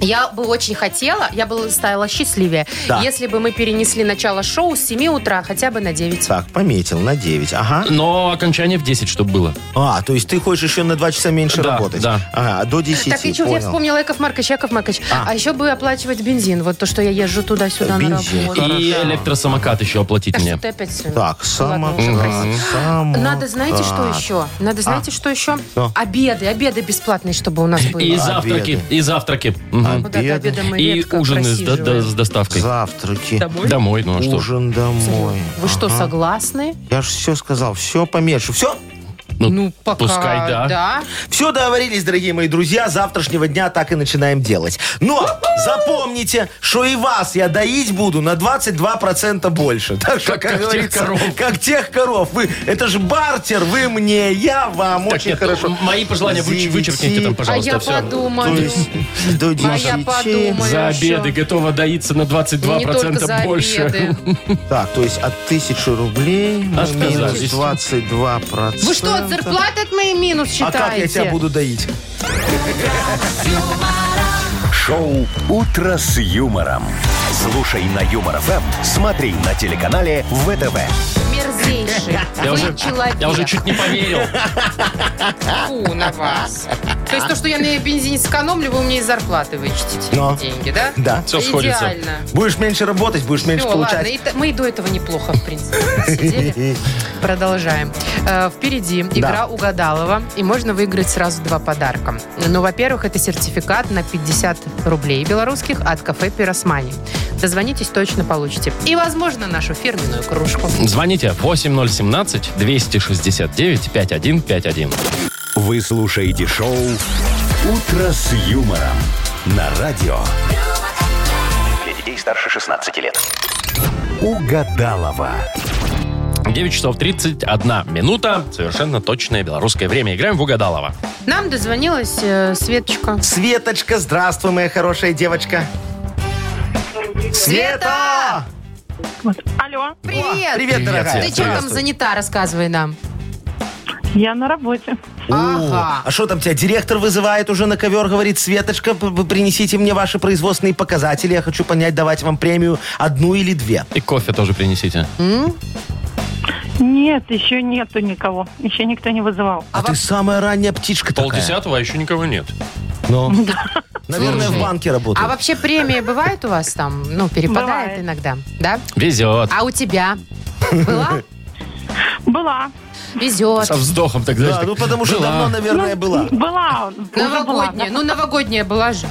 S3: Я бы очень хотела, я бы стала счастливее,
S1: Да.
S3: если бы мы перенесли начало шоу с 7 утра хотя бы на 9.
S1: Так, пометил на 9. Ага.
S2: Но окончание в 10, чтобы было.
S1: А, то есть ты хочешь еще на 2 часа меньше
S2: Да,
S1: работать?
S2: да.
S1: Ага, до 10.
S3: Так, и что, я
S1: понял.
S3: вспомнила, Яков Маркович, Яков Маркович, а. еще бы оплачивать бензин, вот то, что я езжу туда-сюда
S1: Бензин.
S3: на работу.
S2: И электросамокат еще оплатить
S3: Да
S2: мне.
S3: что ты опять сегодня?
S1: Так, само...
S3: Ладно, уже прости.
S1: само-
S3: Надо, знаете, что еще? Надо, знаете, что еще?
S1: А. Что?
S3: Обеды, обеды бесплатные, чтобы у нас
S2: И
S3: были.
S2: завтраки,
S1: Обеды.
S2: и завтраки. Мгм.
S3: Вот до обеда мы
S2: И
S3: редко
S2: ужины с, до- до-
S3: просиживаем.
S2: с доставкой.
S1: Завтраки.
S3: Домой?
S2: Домой, ну а что?
S1: Ужин домой.
S3: Вы что,
S1: Ага.
S3: согласны?
S1: Я же все сказал, все помешу. Все?
S2: Ну,
S3: Ну, пока,
S2: пускай, да.
S3: да.
S1: Все договорились, дорогие мои друзья. С завтрашнего дня так и начинаем делать. Но запомните, что и вас я доить буду на 22% больше. (laughs) Так что,
S2: Как-
S1: как,
S2: как тех
S1: говорится,
S2: коров.
S1: как тех коров. Вы, это же бартер, вы мне, я вам.
S2: Так,
S1: Очень
S2: нет,
S1: хорошо.
S2: м- мои пожелания вы-
S1: Девяти.
S2: вычеркните там,
S3: А
S2: пожалуйста,
S3: я
S2: все.
S1: То
S3: подумаю.
S1: есть до
S3: А я
S1: 10.
S3: подумаю.
S2: За
S3: еще.
S2: обеды готова доиться на 22%
S3: (laughs) Не только за
S2: больше.
S3: обеды.
S1: Так, то есть от 1000 рублей
S2: А что
S1: минус
S2: за 10?
S1: 22%.
S3: Вы что, от зарплаты от моей минус
S1: А
S3: считаете?
S1: как я тебя буду доить?
S4: Шоу «Утро с юмором». Слушай на Юмор ФМ, смотри на телеканале ВТВ.
S3: Мерзейший.
S2: Я
S3: Вы
S2: уже,
S3: человек.
S2: я уже чуть не поверил.
S3: (laughs) Фу на вас. То есть то, что я на бензине сэкономлю, вы у меня из зарплаты вычтите
S1: Но.
S3: деньги, да?
S1: Да.
S2: Все сходится.
S3: Идеально.
S1: Будешь меньше работать, будешь меньше
S3: Все,
S1: получать.
S3: ладно, и т- мы и до этого неплохо, в принципе, сидели. Продолжаем. Э, Впереди игра Угадалова, и можно выиграть сразу два подарка. Ну, во-первых, это сертификат на 50 рублей белорусских от кафе «Пиросмани». Дозвонитесь, точно получите. И, возможно, нашу фирменную кружку.
S2: Звоните 8017-269-5151.
S4: Вы слушаете шоу «Утро с юмором» на радио
S5: Для детей старше 16 лет.
S4: «Угадалова».
S2: 9 часов 31 минута. Совершенно точное белорусское время. Играем в Угадалова.
S3: Нам дозвонилась э, Светочка.
S1: Светочка, здравствуй, моя хорошая девочка. Света!
S7: Алло,
S3: Привет!
S1: Привет, дорогая.
S3: Ты чем там
S2: Приветствую.
S3: занята, рассказывай нам.
S7: я на работе.
S3: Ага.
S1: А что там тебя директор вызывает уже на ковер, говорит, Светочка, п- п- принесите мне ваши производственные показатели, я хочу понять, давать вам премию одну или две.
S2: И кофе тоже принесите.
S7: Нет, еще нету никого. Еще никто не вызывал.
S1: А, ты самая ранняя птичка такая.
S2: Полдесятого, а еще никого нет.
S3: (laughs)
S1: Ну, наверное, в банке
S3: А
S1: работает.
S3: вообще премии бывают у вас там? Ну, перепадает
S7: Бывает.
S3: иногда, да?
S2: Везет.
S3: А у тебя? Была?
S7: Была.
S3: Везет.
S2: Со вздохом так
S1: Да, ну потому что
S2: Была.
S1: давно, наверное,
S3: Ну,
S1: была.
S7: Была. уже была.
S3: Новогодняя. Ну, новогодняя была же.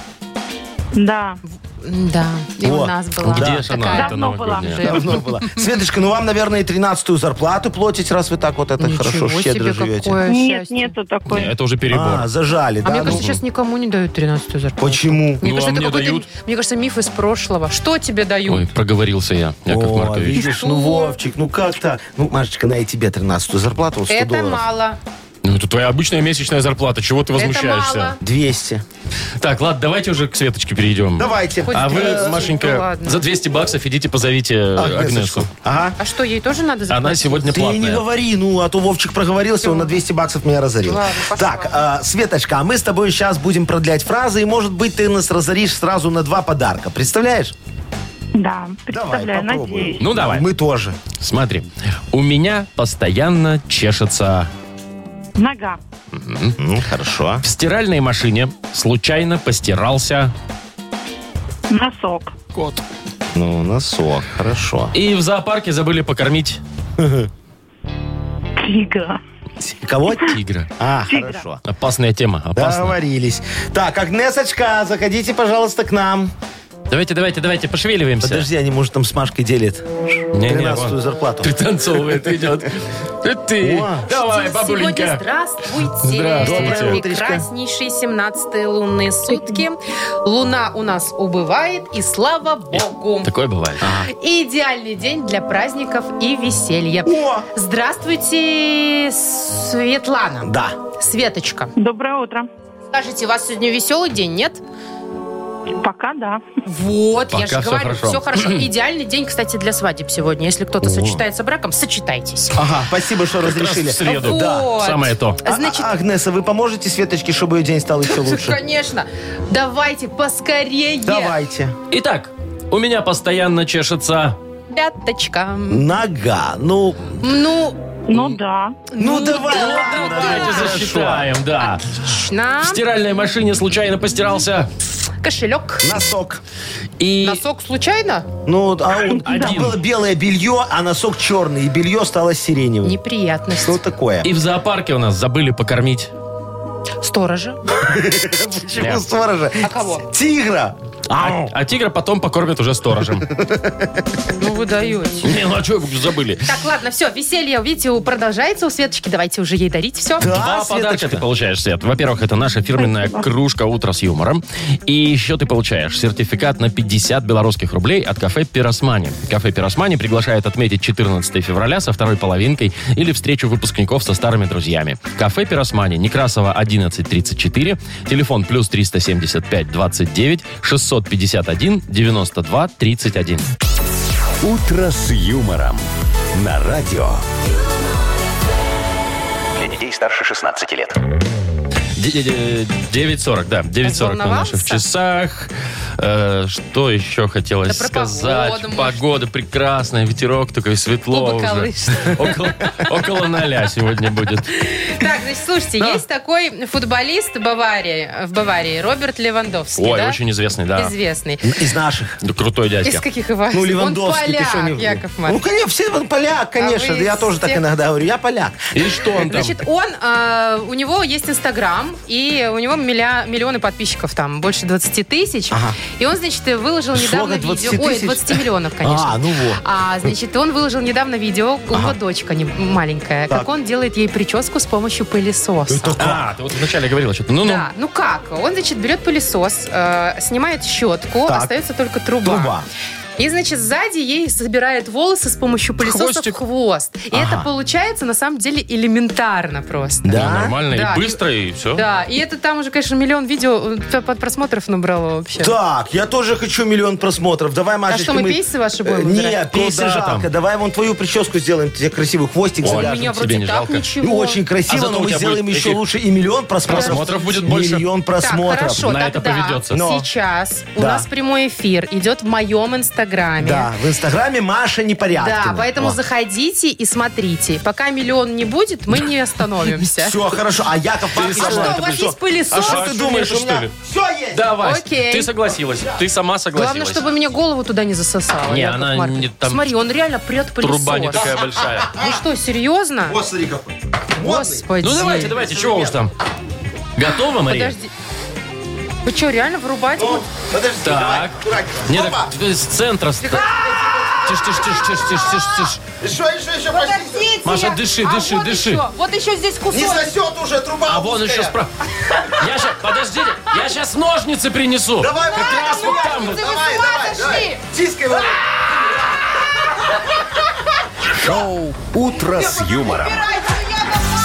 S7: Да.
S3: М, Да, и у
S1: Во.
S3: нас была.
S2: Где ж она,
S3: Такая
S2: эта
S7: давно была.
S2: новогодняя?
S3: (laughs) же.
S1: Давно была. Светочка, ну вам, наверное, и 13-ю зарплату платить, раз вы так вот это
S3: Ничего
S1: хорошо щедро
S3: себе,
S1: живете.
S3: какое
S7: Нет,
S3: счастье.
S7: нету такой.
S2: Не, Это уже перебор.
S1: А, зажали,
S3: А
S1: да?
S3: мне
S1: ну.
S3: кажется, сейчас никому не дают 13-ю зарплату.
S1: Почему?
S3: Мне
S2: Ну,
S3: кажется,
S2: а
S3: это
S2: мне
S3: какой-то,
S2: дают?
S3: мне кажется, миф из прошлого. Что тебе дают?
S2: Ой, проговорился я, Яков
S1: О,
S2: Маркович.
S1: видишь, ну,
S3: Что?
S1: Вовчик, ну как так? Ну, Машечка, на и тебе 13-ю зарплату, вот 100
S3: это
S1: долларов.
S3: мало.
S2: Ну, это твоя обычная месячная зарплата. Чего ты возмущаешься?
S3: Это мало.
S1: 200.
S2: Так, ладно, давайте уже к Светочке перейдем.
S1: Давайте.
S3: Хоть
S2: А
S3: Э,
S2: вы,
S3: ну
S2: Машенька,
S3: ладно.
S2: за 200 баксов идите позовите э,
S1: Агнесочку.
S2: Агнесу.
S1: Ага.
S3: А что, ей тоже надо заплатить?
S2: Она сегодня
S1: Ты не
S2: платная.
S1: говори, ну, а то Вовчик проговорился, он на 200 баксов меня разорил.
S3: Ладно, пошла.
S1: так, а, Светочка, а мы с тобой сейчас будем продлять фразы, и, может быть, ты нас разоришь сразу на два подарка. Представляешь?
S7: Да,
S1: Давай,
S7: представляю,
S1: попробуем.
S7: надеюсь.
S2: Ну, давай.
S1: Мы тоже.
S2: Смотри, у меня постоянно чешется.
S7: Нога.
S1: Ну, хорошо.
S2: В стиральной машине случайно постирался
S7: Носок.
S2: кот.
S1: Ну, носок, хорошо.
S2: И в зоопарке забыли покормить
S7: Тигра.
S1: Кого?
S2: тигра.
S1: А,
S7: Тигра.
S1: хорошо.
S2: Опасная тема, опасная.
S1: Договорились. Так, Агнесочка, заходите, пожалуйста, к нам.
S2: Давайте, давайте, давайте, пошевеливаемся.
S1: Подожди, они, может, там с Машкой делят
S2: Не, не,
S1: 13-ю
S2: вон.
S1: зарплату.
S2: Пританцовывает, идет. Э, Ты.
S1: О.
S2: Давай,
S3: Сегодня
S2: бабуленька.
S3: здравствуйте.
S2: Здравствуйте.
S1: Доброе утречко.
S3: Прекраснейшие 17 лунные сутки. Луна у нас убывает, и слава богу.
S2: Такое бывает.
S1: А.
S3: И идеальный день для праздников и веселья.
S1: О!
S3: Здравствуйте, Светлана.
S1: Да.
S3: Светочка.
S7: Доброе утро.
S3: Скажите, у вас сегодня веселый день, нет?
S7: Пока да.
S3: Вот,
S2: Пока
S3: я же
S2: всё
S3: говорю,
S2: хорошо.
S3: все хорошо.
S1: (clears throat)
S3: Идеальный день, кстати, для свадеб сегодня. Если кто-то сочетается браком, сочетайтесь.
S1: Ага, спасибо, что
S2: Раз
S1: разрешили.
S2: в среду.
S3: Вот.
S2: Самое то.
S1: А-
S3: Значит,
S1: а- Агнеса, вы поможете Светочке, чтобы ее день стал еще лучше?
S3: Конечно. Давайте поскорее.
S1: Давайте.
S2: Итак, у меня постоянно чешется.
S3: Пяточка.
S1: Нога. Ну,
S3: Ну,
S7: Ну да.
S1: ну давай.
S3: да,
S1: ладно,
S3: да,
S1: давайте
S2: Давайте
S3: хорошо.
S2: засчитаем, да.
S3: на
S2: В стиральной машине случайно постирался.
S3: кошелек.
S1: Носок.
S2: И
S3: Носок случайно?
S1: Ну, а у- там
S2: Один.
S1: было белое белье, а носок черный, и белье стало сиреневым.
S3: Неприятность.
S1: Что такое?
S2: и в зоопарке у нас забыли покормить.
S3: Сторожа.
S1: Почему сторожа?
S3: А кого?
S1: Тигра.
S2: А, а тигра потом покормят уже сторожем.
S3: Ну, вы даете.
S2: Не, ну а что вы забыли?
S3: Так, ладно, все, веселье, видите, у- продолжается у Светочки. Давайте уже ей дарить все.
S2: Два подарка ты получаешь, Свет. Во-первых, это наша фирменная кружка «Утро с юмором». И еще ты получаешь сертификат на 50 белорусских рублей от кафе «Пиросмани». Кафе «Пиросмани» приглашает отметить 14 февраля со второй половинкой или встречу выпускников со старыми друзьями. Кафе «Пиросмани», Некрасова, 1134, телефон плюс 375 29 651 92 31.
S4: «Утро с юмором» на радио.
S5: Для детей старше 16 лет.
S2: Де- де- де- 9.40, да, 9.40 на
S3: Разволновался?
S2: наших часах. Э, Что еще хотелось
S3: Да про
S2: сказать?
S3: погоду, может.
S2: Погода прекрасная, ветерок такой светло
S3: Оба
S2: уже.
S3: колышет.
S2: Около, около ноля сегодня будет.
S3: Так, значит, слушайте, есть такой футболист Баварии, в Баварии, Роберт Левандовский,
S2: Ой,
S3: да?
S2: очень известный, да.
S3: известный.
S1: Из наших.
S2: Да, Крутой
S3: Из
S2: дядька.
S3: каких его?
S1: Ну, Левандовский,
S3: Он
S1: ты что, не
S3: поляк,
S1: ври.
S3: Яков
S1: Ну,
S3: Маркович. А
S1: конечно, все он поляк, конечно.
S3: вы
S1: я тоже так
S3: всех-
S1: иногда говорю. Я поляк.
S2: И что он там?
S3: Значит, он, э, у него есть Инстаграм, и у него милля- миллионы подписчиков там, больше 20 тысяч.
S1: Ага.
S3: И он, значит, выложил
S1: Сколько?
S3: недавно
S1: 20
S3: видео... Ой,
S1: тысяч?
S3: 20 миллионов, конечно.
S1: А, ну вот.
S3: А, значит, он выложил недавно видео, у него дочка не, маленькая,
S1: Так.
S3: как он делает ей прическу с помощью пылесоса.
S2: А, ты вот вначале говорила что-то. Ну-ну.
S3: Да, ну как? Он, значит, берет пылесос, э, снимает щетку,
S1: Так.
S3: остается только труба.
S1: Труба.
S3: И, значит, сзади ей собирает волосы с помощью пылесоса
S2: Хвостик.
S3: в хвост. И это получается, на самом деле, элементарно просто.
S2: Ну,
S1: Да?
S2: нормально,
S3: Да,
S2: и быстро, и все.
S3: Да, и это там уже, конечно, миллион видео э, под просмотров набрало вообще.
S1: Так, я тоже хочу миллион просмотров. Давай,
S3: а
S1: Машечка,
S3: что, мы, пейсы
S1: Э,
S3: ваши будем
S1: Не,
S3: выбирать?
S1: пейсы
S2: Куда
S1: жалко.
S2: там?
S1: Давай вон твою прическу сделаем, тебе красивый хвостик
S2: Ой,
S3: У
S1: завяжем.
S3: меня
S2: тебе
S3: вроде
S2: не
S3: так
S2: жалко?
S3: ничего.
S1: Ну, очень
S2: А
S1: красиво,
S2: зато
S1: но
S2: у
S1: мы
S2: тебя
S1: сделаем
S2: будет
S1: еще
S2: этих-
S1: лучше и миллион просмотров.
S2: Просмотров будет больше.
S1: Миллион
S3: Так,
S1: просмотров.
S3: хорошо,
S2: На это
S3: тогда
S2: поведется.
S1: Но.
S3: сейчас у
S1: Да.
S3: нас прямой эфир идет в моем инстаграме.
S1: Да, в Инстаграме Маша непорядкина.
S3: Да, поэтому
S1: О.
S3: заходите и смотрите. Пока миллион не будет, мы не остановимся.
S1: Все, хорошо. А Яков Маркович...
S3: А что, у вас есть пылесос?
S2: А
S1: Ты
S2: что,
S1: думаешь,
S2: нет,
S1: у меня
S2: что ли?
S1: все есть?
S2: Давай,
S3: Окей.
S2: ты согласилась. Ты сама согласилась.
S3: Главное, чтобы меня голову туда не засосало.
S2: Не,
S3: Яков
S2: она
S3: Маркович.
S2: не там-
S3: Смотри, он реально прет пылесос.
S2: Труба не такая
S3: (laughs)
S2: большая.
S3: Вы что, серьезно?
S1: Вот, смотри, какой.
S3: Господи.
S2: Ну давайте, давайте, чего уж там. Готова, Мария?
S3: Подожди. Вы что, реально врубать?
S1: Ну, Подожди, давай,
S2: Так.
S1: аккуратненько.
S2: Не,
S1: Опа.
S2: так, ты с центра. ст- Тише, тише, тише, тише, тише, тише, тише.
S1: Еще, еще, еще, почти.
S2: Маша, дыши, дыши,
S3: А вот
S2: дыши.
S3: Еще, вот еще здесь
S1: Не
S3: кусок.
S1: сосет уже труба
S2: А вон
S1: узкая.
S2: еще справа. Я сейчас, подождите, я сейчас ножницы принесу.
S1: Давай,
S2: как
S1: Варя,
S2: раз вот там вот.
S3: ножницы.
S1: Давай,
S3: Вы с ума
S1: давай, давай.
S3: сошли?
S1: Тискай, Варя.
S4: Шоу «Утро с юмором».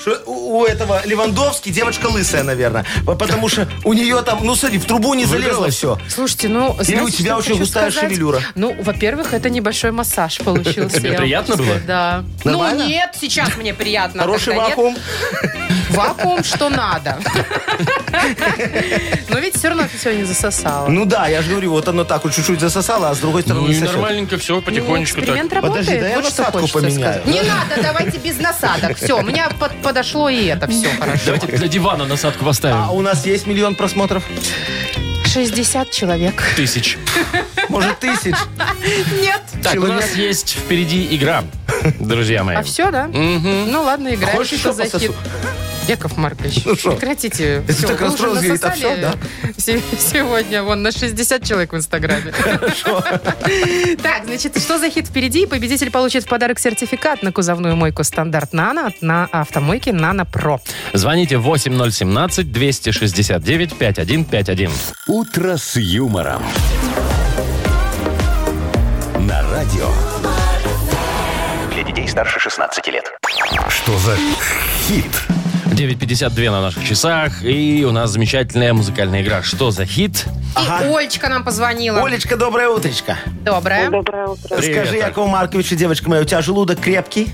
S1: что у, у этого Левандовски девочка лысая, наверное. По- Потому что у нее там, ну смотри, в трубу не залезло все.
S3: Слушайте, ну, знаете,
S1: у тебя
S3: что
S1: очень
S3: хочу
S1: густая
S3: сказать?
S1: шевелюра.
S3: Ну, во-первых, это небольшой массаж получился.
S2: Тебе
S3: я вам
S2: приятно
S3: хочу
S2: было?
S3: сказать, Да.
S1: Нормально?
S3: Ну, нет, сейчас мне приятно. а
S1: Хороший
S3: тогда нет.
S1: вакуум.
S3: Вакуум, что надо. Но ведь все равно ты сегодня засосала.
S1: Ну да, я же говорю, вот оно так вот чуть-чуть засосало, а с другой
S2: Ну
S1: стороны
S2: и
S1: сосет.
S2: нормальненько все, потихонечку так.
S3: Эксперимент работает.
S1: Подожди, да я
S3: вот что
S1: насадку
S3: хочется
S1: поменяю.
S3: сказать. Не надо, давайте без насадок. Все, у меня под- подошло и это
S1: (laughs)
S3: все хорошо.
S2: Давайте для дивана насадку
S1: А
S2: поставим.
S1: у нас есть миллион просмотров?
S3: 60 человек.
S2: Тысяч.
S1: Может, тысяч?
S3: Нет.
S2: Так, у нас есть впереди игра, (laughs) друзья мои.
S3: А все, да? Ну ладно, играем.
S1: Хочешь
S3: Что
S1: еще
S3: за хит?
S1: пососу?
S3: Яков Маркович,
S1: Ну что?
S3: прекратите.
S1: Если
S3: Всё,
S1: так
S3: вы уже
S1: расстроилась, говорит, а всё,
S3: насосали се- Сегодня вон на 60 человек в Инстаграме. (laughs) Так, значит, что за хит впереди? Победитель получит в подарок сертификат на кузовную мойку стандарт «Нано» от на автомойки «Нано Про».
S2: Звоните 8017-269-5151.
S4: «Утро с юмором». На радио.
S5: Для детей старше 16 лет.
S4: Что за хит?
S2: 9.52 на наших часах. И у нас замечательная музыкальная игра. Что за хит?
S3: И Олечка нам позвонила.
S1: Олечка, доброе утречко.
S3: Доброе.
S7: Доброе утро.
S2: Привет,
S1: Скажи,
S2: Оль.
S1: Якову Марковичу, девочка моя, у тебя желудок крепкий?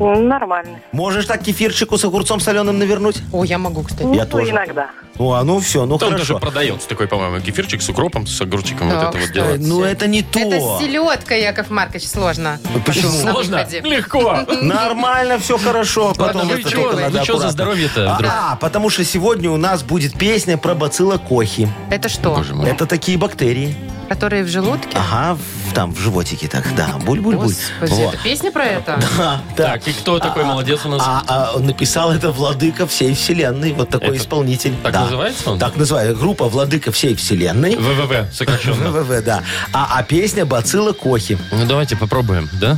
S8: Ну,
S7: Нормально.
S1: Можешь так кефирчику с огурцом соленым навернуть?
S3: О, я могу, кстати.
S1: Я
S7: Ну,
S1: тоже.
S7: иногда.
S1: О, а ну все, ну
S2: Там даже
S1: хорошо.
S2: продается такой, по-моему, кефирчик с укропом, с огурчиком.
S3: Да,
S2: вот это вот
S3: кстати.
S2: делается.
S1: Ну это не то.
S3: Это селедка, Яков Маркович, сложно.
S1: Почему?
S3: На
S2: Сложно?
S3: выходе.
S2: Легко.
S1: Нормально, все хорошо. Потом
S2: вы
S1: это
S2: чего,
S1: только
S2: вы
S1: надо
S2: чё за
S1: аккуратно.
S2: здоровье-то вдруг?
S1: А, потому что сегодня у нас будет песня про бациллокохи.
S3: Это что?
S2: Боже мой.
S1: Это такие бактерии.
S3: Которые в желудке?
S1: Ага, в там в животике так, да, буль-буль-буль.
S3: Господи, это песня про это?
S1: Да,
S2: Так, и кто такой молодец у нас?
S1: А, а, написал это Владыка всей вселенной, вот такой исполнитель.
S2: так
S1: да.
S2: называется он?
S1: Так называется. Группа Владыка всей вселенной.
S2: ВВВ, сокращенно.
S1: ВВВ, да. А, а песня Бацилла Кохи.
S2: Ну, давайте попробуем, да?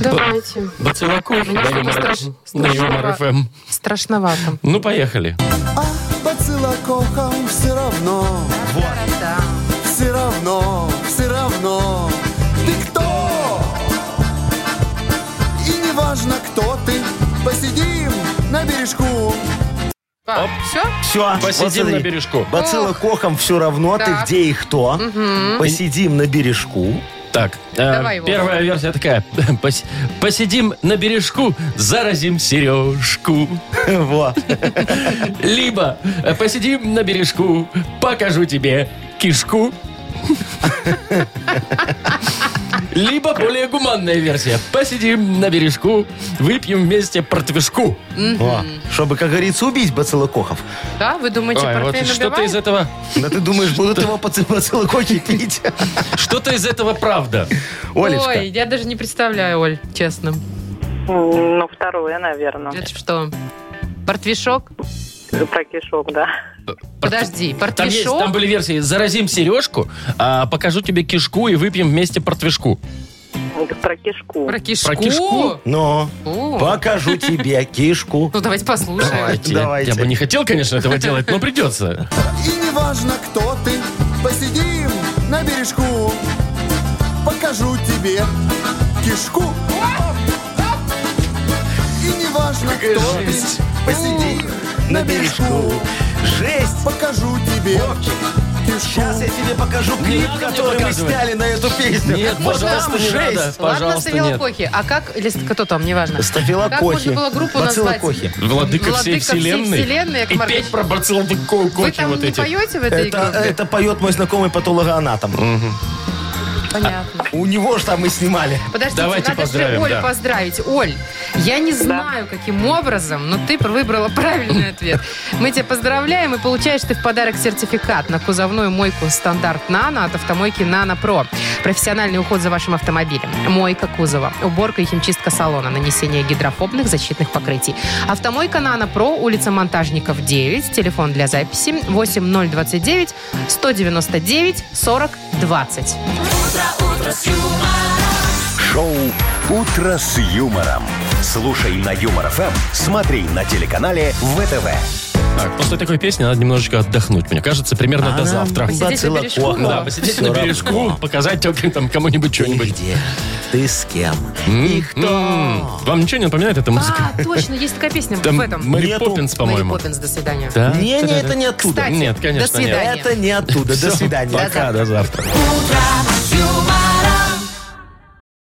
S3: Давайте.
S2: Бацилаков на
S3: Немножко
S2: Юмор-
S3: страш-
S2: на Юмор
S3: страшновато.
S2: ФМ.
S3: Страшновато.
S2: Ну, поехали.
S9: А бациллококкам все равно, все равно, все равно. Ты кто? И не важно, кто ты, посидим на бережку.
S3: Так, Все?
S1: Все.
S2: Посидим на бережку.
S1: Бацилла Кохам все равно, ты
S3: Так.
S1: где и кто. Посидим на бережку. (laughs)
S2: Так, э,
S3: Давай, Вова.
S2: первая версия такая. (laughs) Пос- Посидим на бережку, заразим сережку.
S1: Во.
S2: Либо э, посидим на бережку, покажу тебе кишку. Либо более гуманная версия. Посидим на бережку, выпьем вместе портвишку.
S1: Во. Чтобы, как говорится, убить Бацилокохов.
S3: Да, вы думаете,
S2: Ой, вот
S3: портфель
S2: что-то из
S3: набивает?
S2: этого,
S1: Но ты думаешь, будут его паци- (laughs) Бациллокохи
S3: (laughs)
S1: пить?
S2: что-то из этого правда.
S3: Ой,
S1: Олечка.
S3: я даже не представляю, Оль, честно.
S8: Ну, второе, наверное.
S3: Это что? Портвишок?
S8: Про кишок, да.
S3: Подожди,
S2: Там, есть,
S3: портвишок?
S2: там были версии. Заразим сережку, а, покажу тебе кишку и выпьем вместе портвишку.
S8: Это Про кишку.
S3: Про кишку?
S2: Про кишку?
S1: Ну,
S3: О,
S1: покажу тебе кишку.
S3: Ну, давайте послушаем.
S2: Я-
S1: Давайте.
S2: Я, бы не хотел, конечно, этого делать, но придется.
S9: И не важно, кто ты, посидим на бережку. Покажу тебе кишку. И не важно, кто ты,
S1: жесть.
S9: посидим на бережку.
S1: Жесть.
S9: Покажу тебе кишку.
S1: Сейчас я тебе покажу
S2: Не
S1: клип,
S2: надо мне
S1: который мы
S2: показывать.
S1: сняли на эту песню.
S2: Нет,
S1: Вот
S2: пожалуйста,
S1: там
S2: не
S1: жесть.
S2: надо.
S3: Ладно,
S2: Пожалуйста, нет.
S3: Савелокохи. А как, или с- кто там, неважно.
S1: Стафилококхи.
S3: Как можно было группу назвать?
S1: Бациллокохи.
S2: Владыка всей
S3: Владыка всей
S2: вселенной.
S3: вселенной, Яков
S2: И
S3: Маркович.
S2: петь про бацилдыко
S3: Вы там
S2: вот
S3: не
S2: эти.
S3: поете в этой
S1: Это,
S3: группе?
S1: это поет мой знакомый патологоанатом.
S3: Понятно.
S1: У него же там и снимали.
S3: Подождите,
S2: Давайте
S3: надо
S2: поздравим,
S3: же Оль
S2: да.
S3: поздравить. Оль, я не знаю, каким образом, но ты
S2: (laughs)
S3: выбрала правильный ответ. Мы тебя поздравляем и получаешь ты в подарок сертификат на кузовную мойку «Стандарт Нано» от автомойки «Нано Про». Профессиональный уход за вашим автомобилем, мойка кузова, уборка и химчистка салона, нанесение гидрофобных защитных покрытий. Автомойка «Нано Про», улица Монтажников, 9, телефон для записи 8029 199 40 20.
S4: Шоу «Утро с юмором». Слушай на Юмор ФМ, смотри на телеканале ВТВ.
S2: Так, после такой песни надо немножечко отдохнуть. Мне кажется, примерно до завтра.
S3: Посидеть на бережку?
S1: Бациллокох.
S2: Да, посидеть на
S1: Всё
S2: бережку,
S1: равно.
S2: показать только там кому-нибудь
S1: Ты
S2: что-нибудь.
S1: где? Ты с кем? И кто?
S2: М, Вам ничего не напоминает эта музыка?
S3: А, точно, есть такая песня
S2: Там
S3: в этом.
S2: Мэри
S1: Нету.
S2: Поппинс, по-моему.
S3: Мэри Поппинс, до свидания.
S2: Да?
S1: Не, не, это не оттуда.
S3: Кстати,
S2: Нет, конечно,
S3: до свидания.
S2: нет.
S1: Это не оттуда. До
S2: Всё,
S1: свидания.
S2: Пока, до завтра.
S10: утро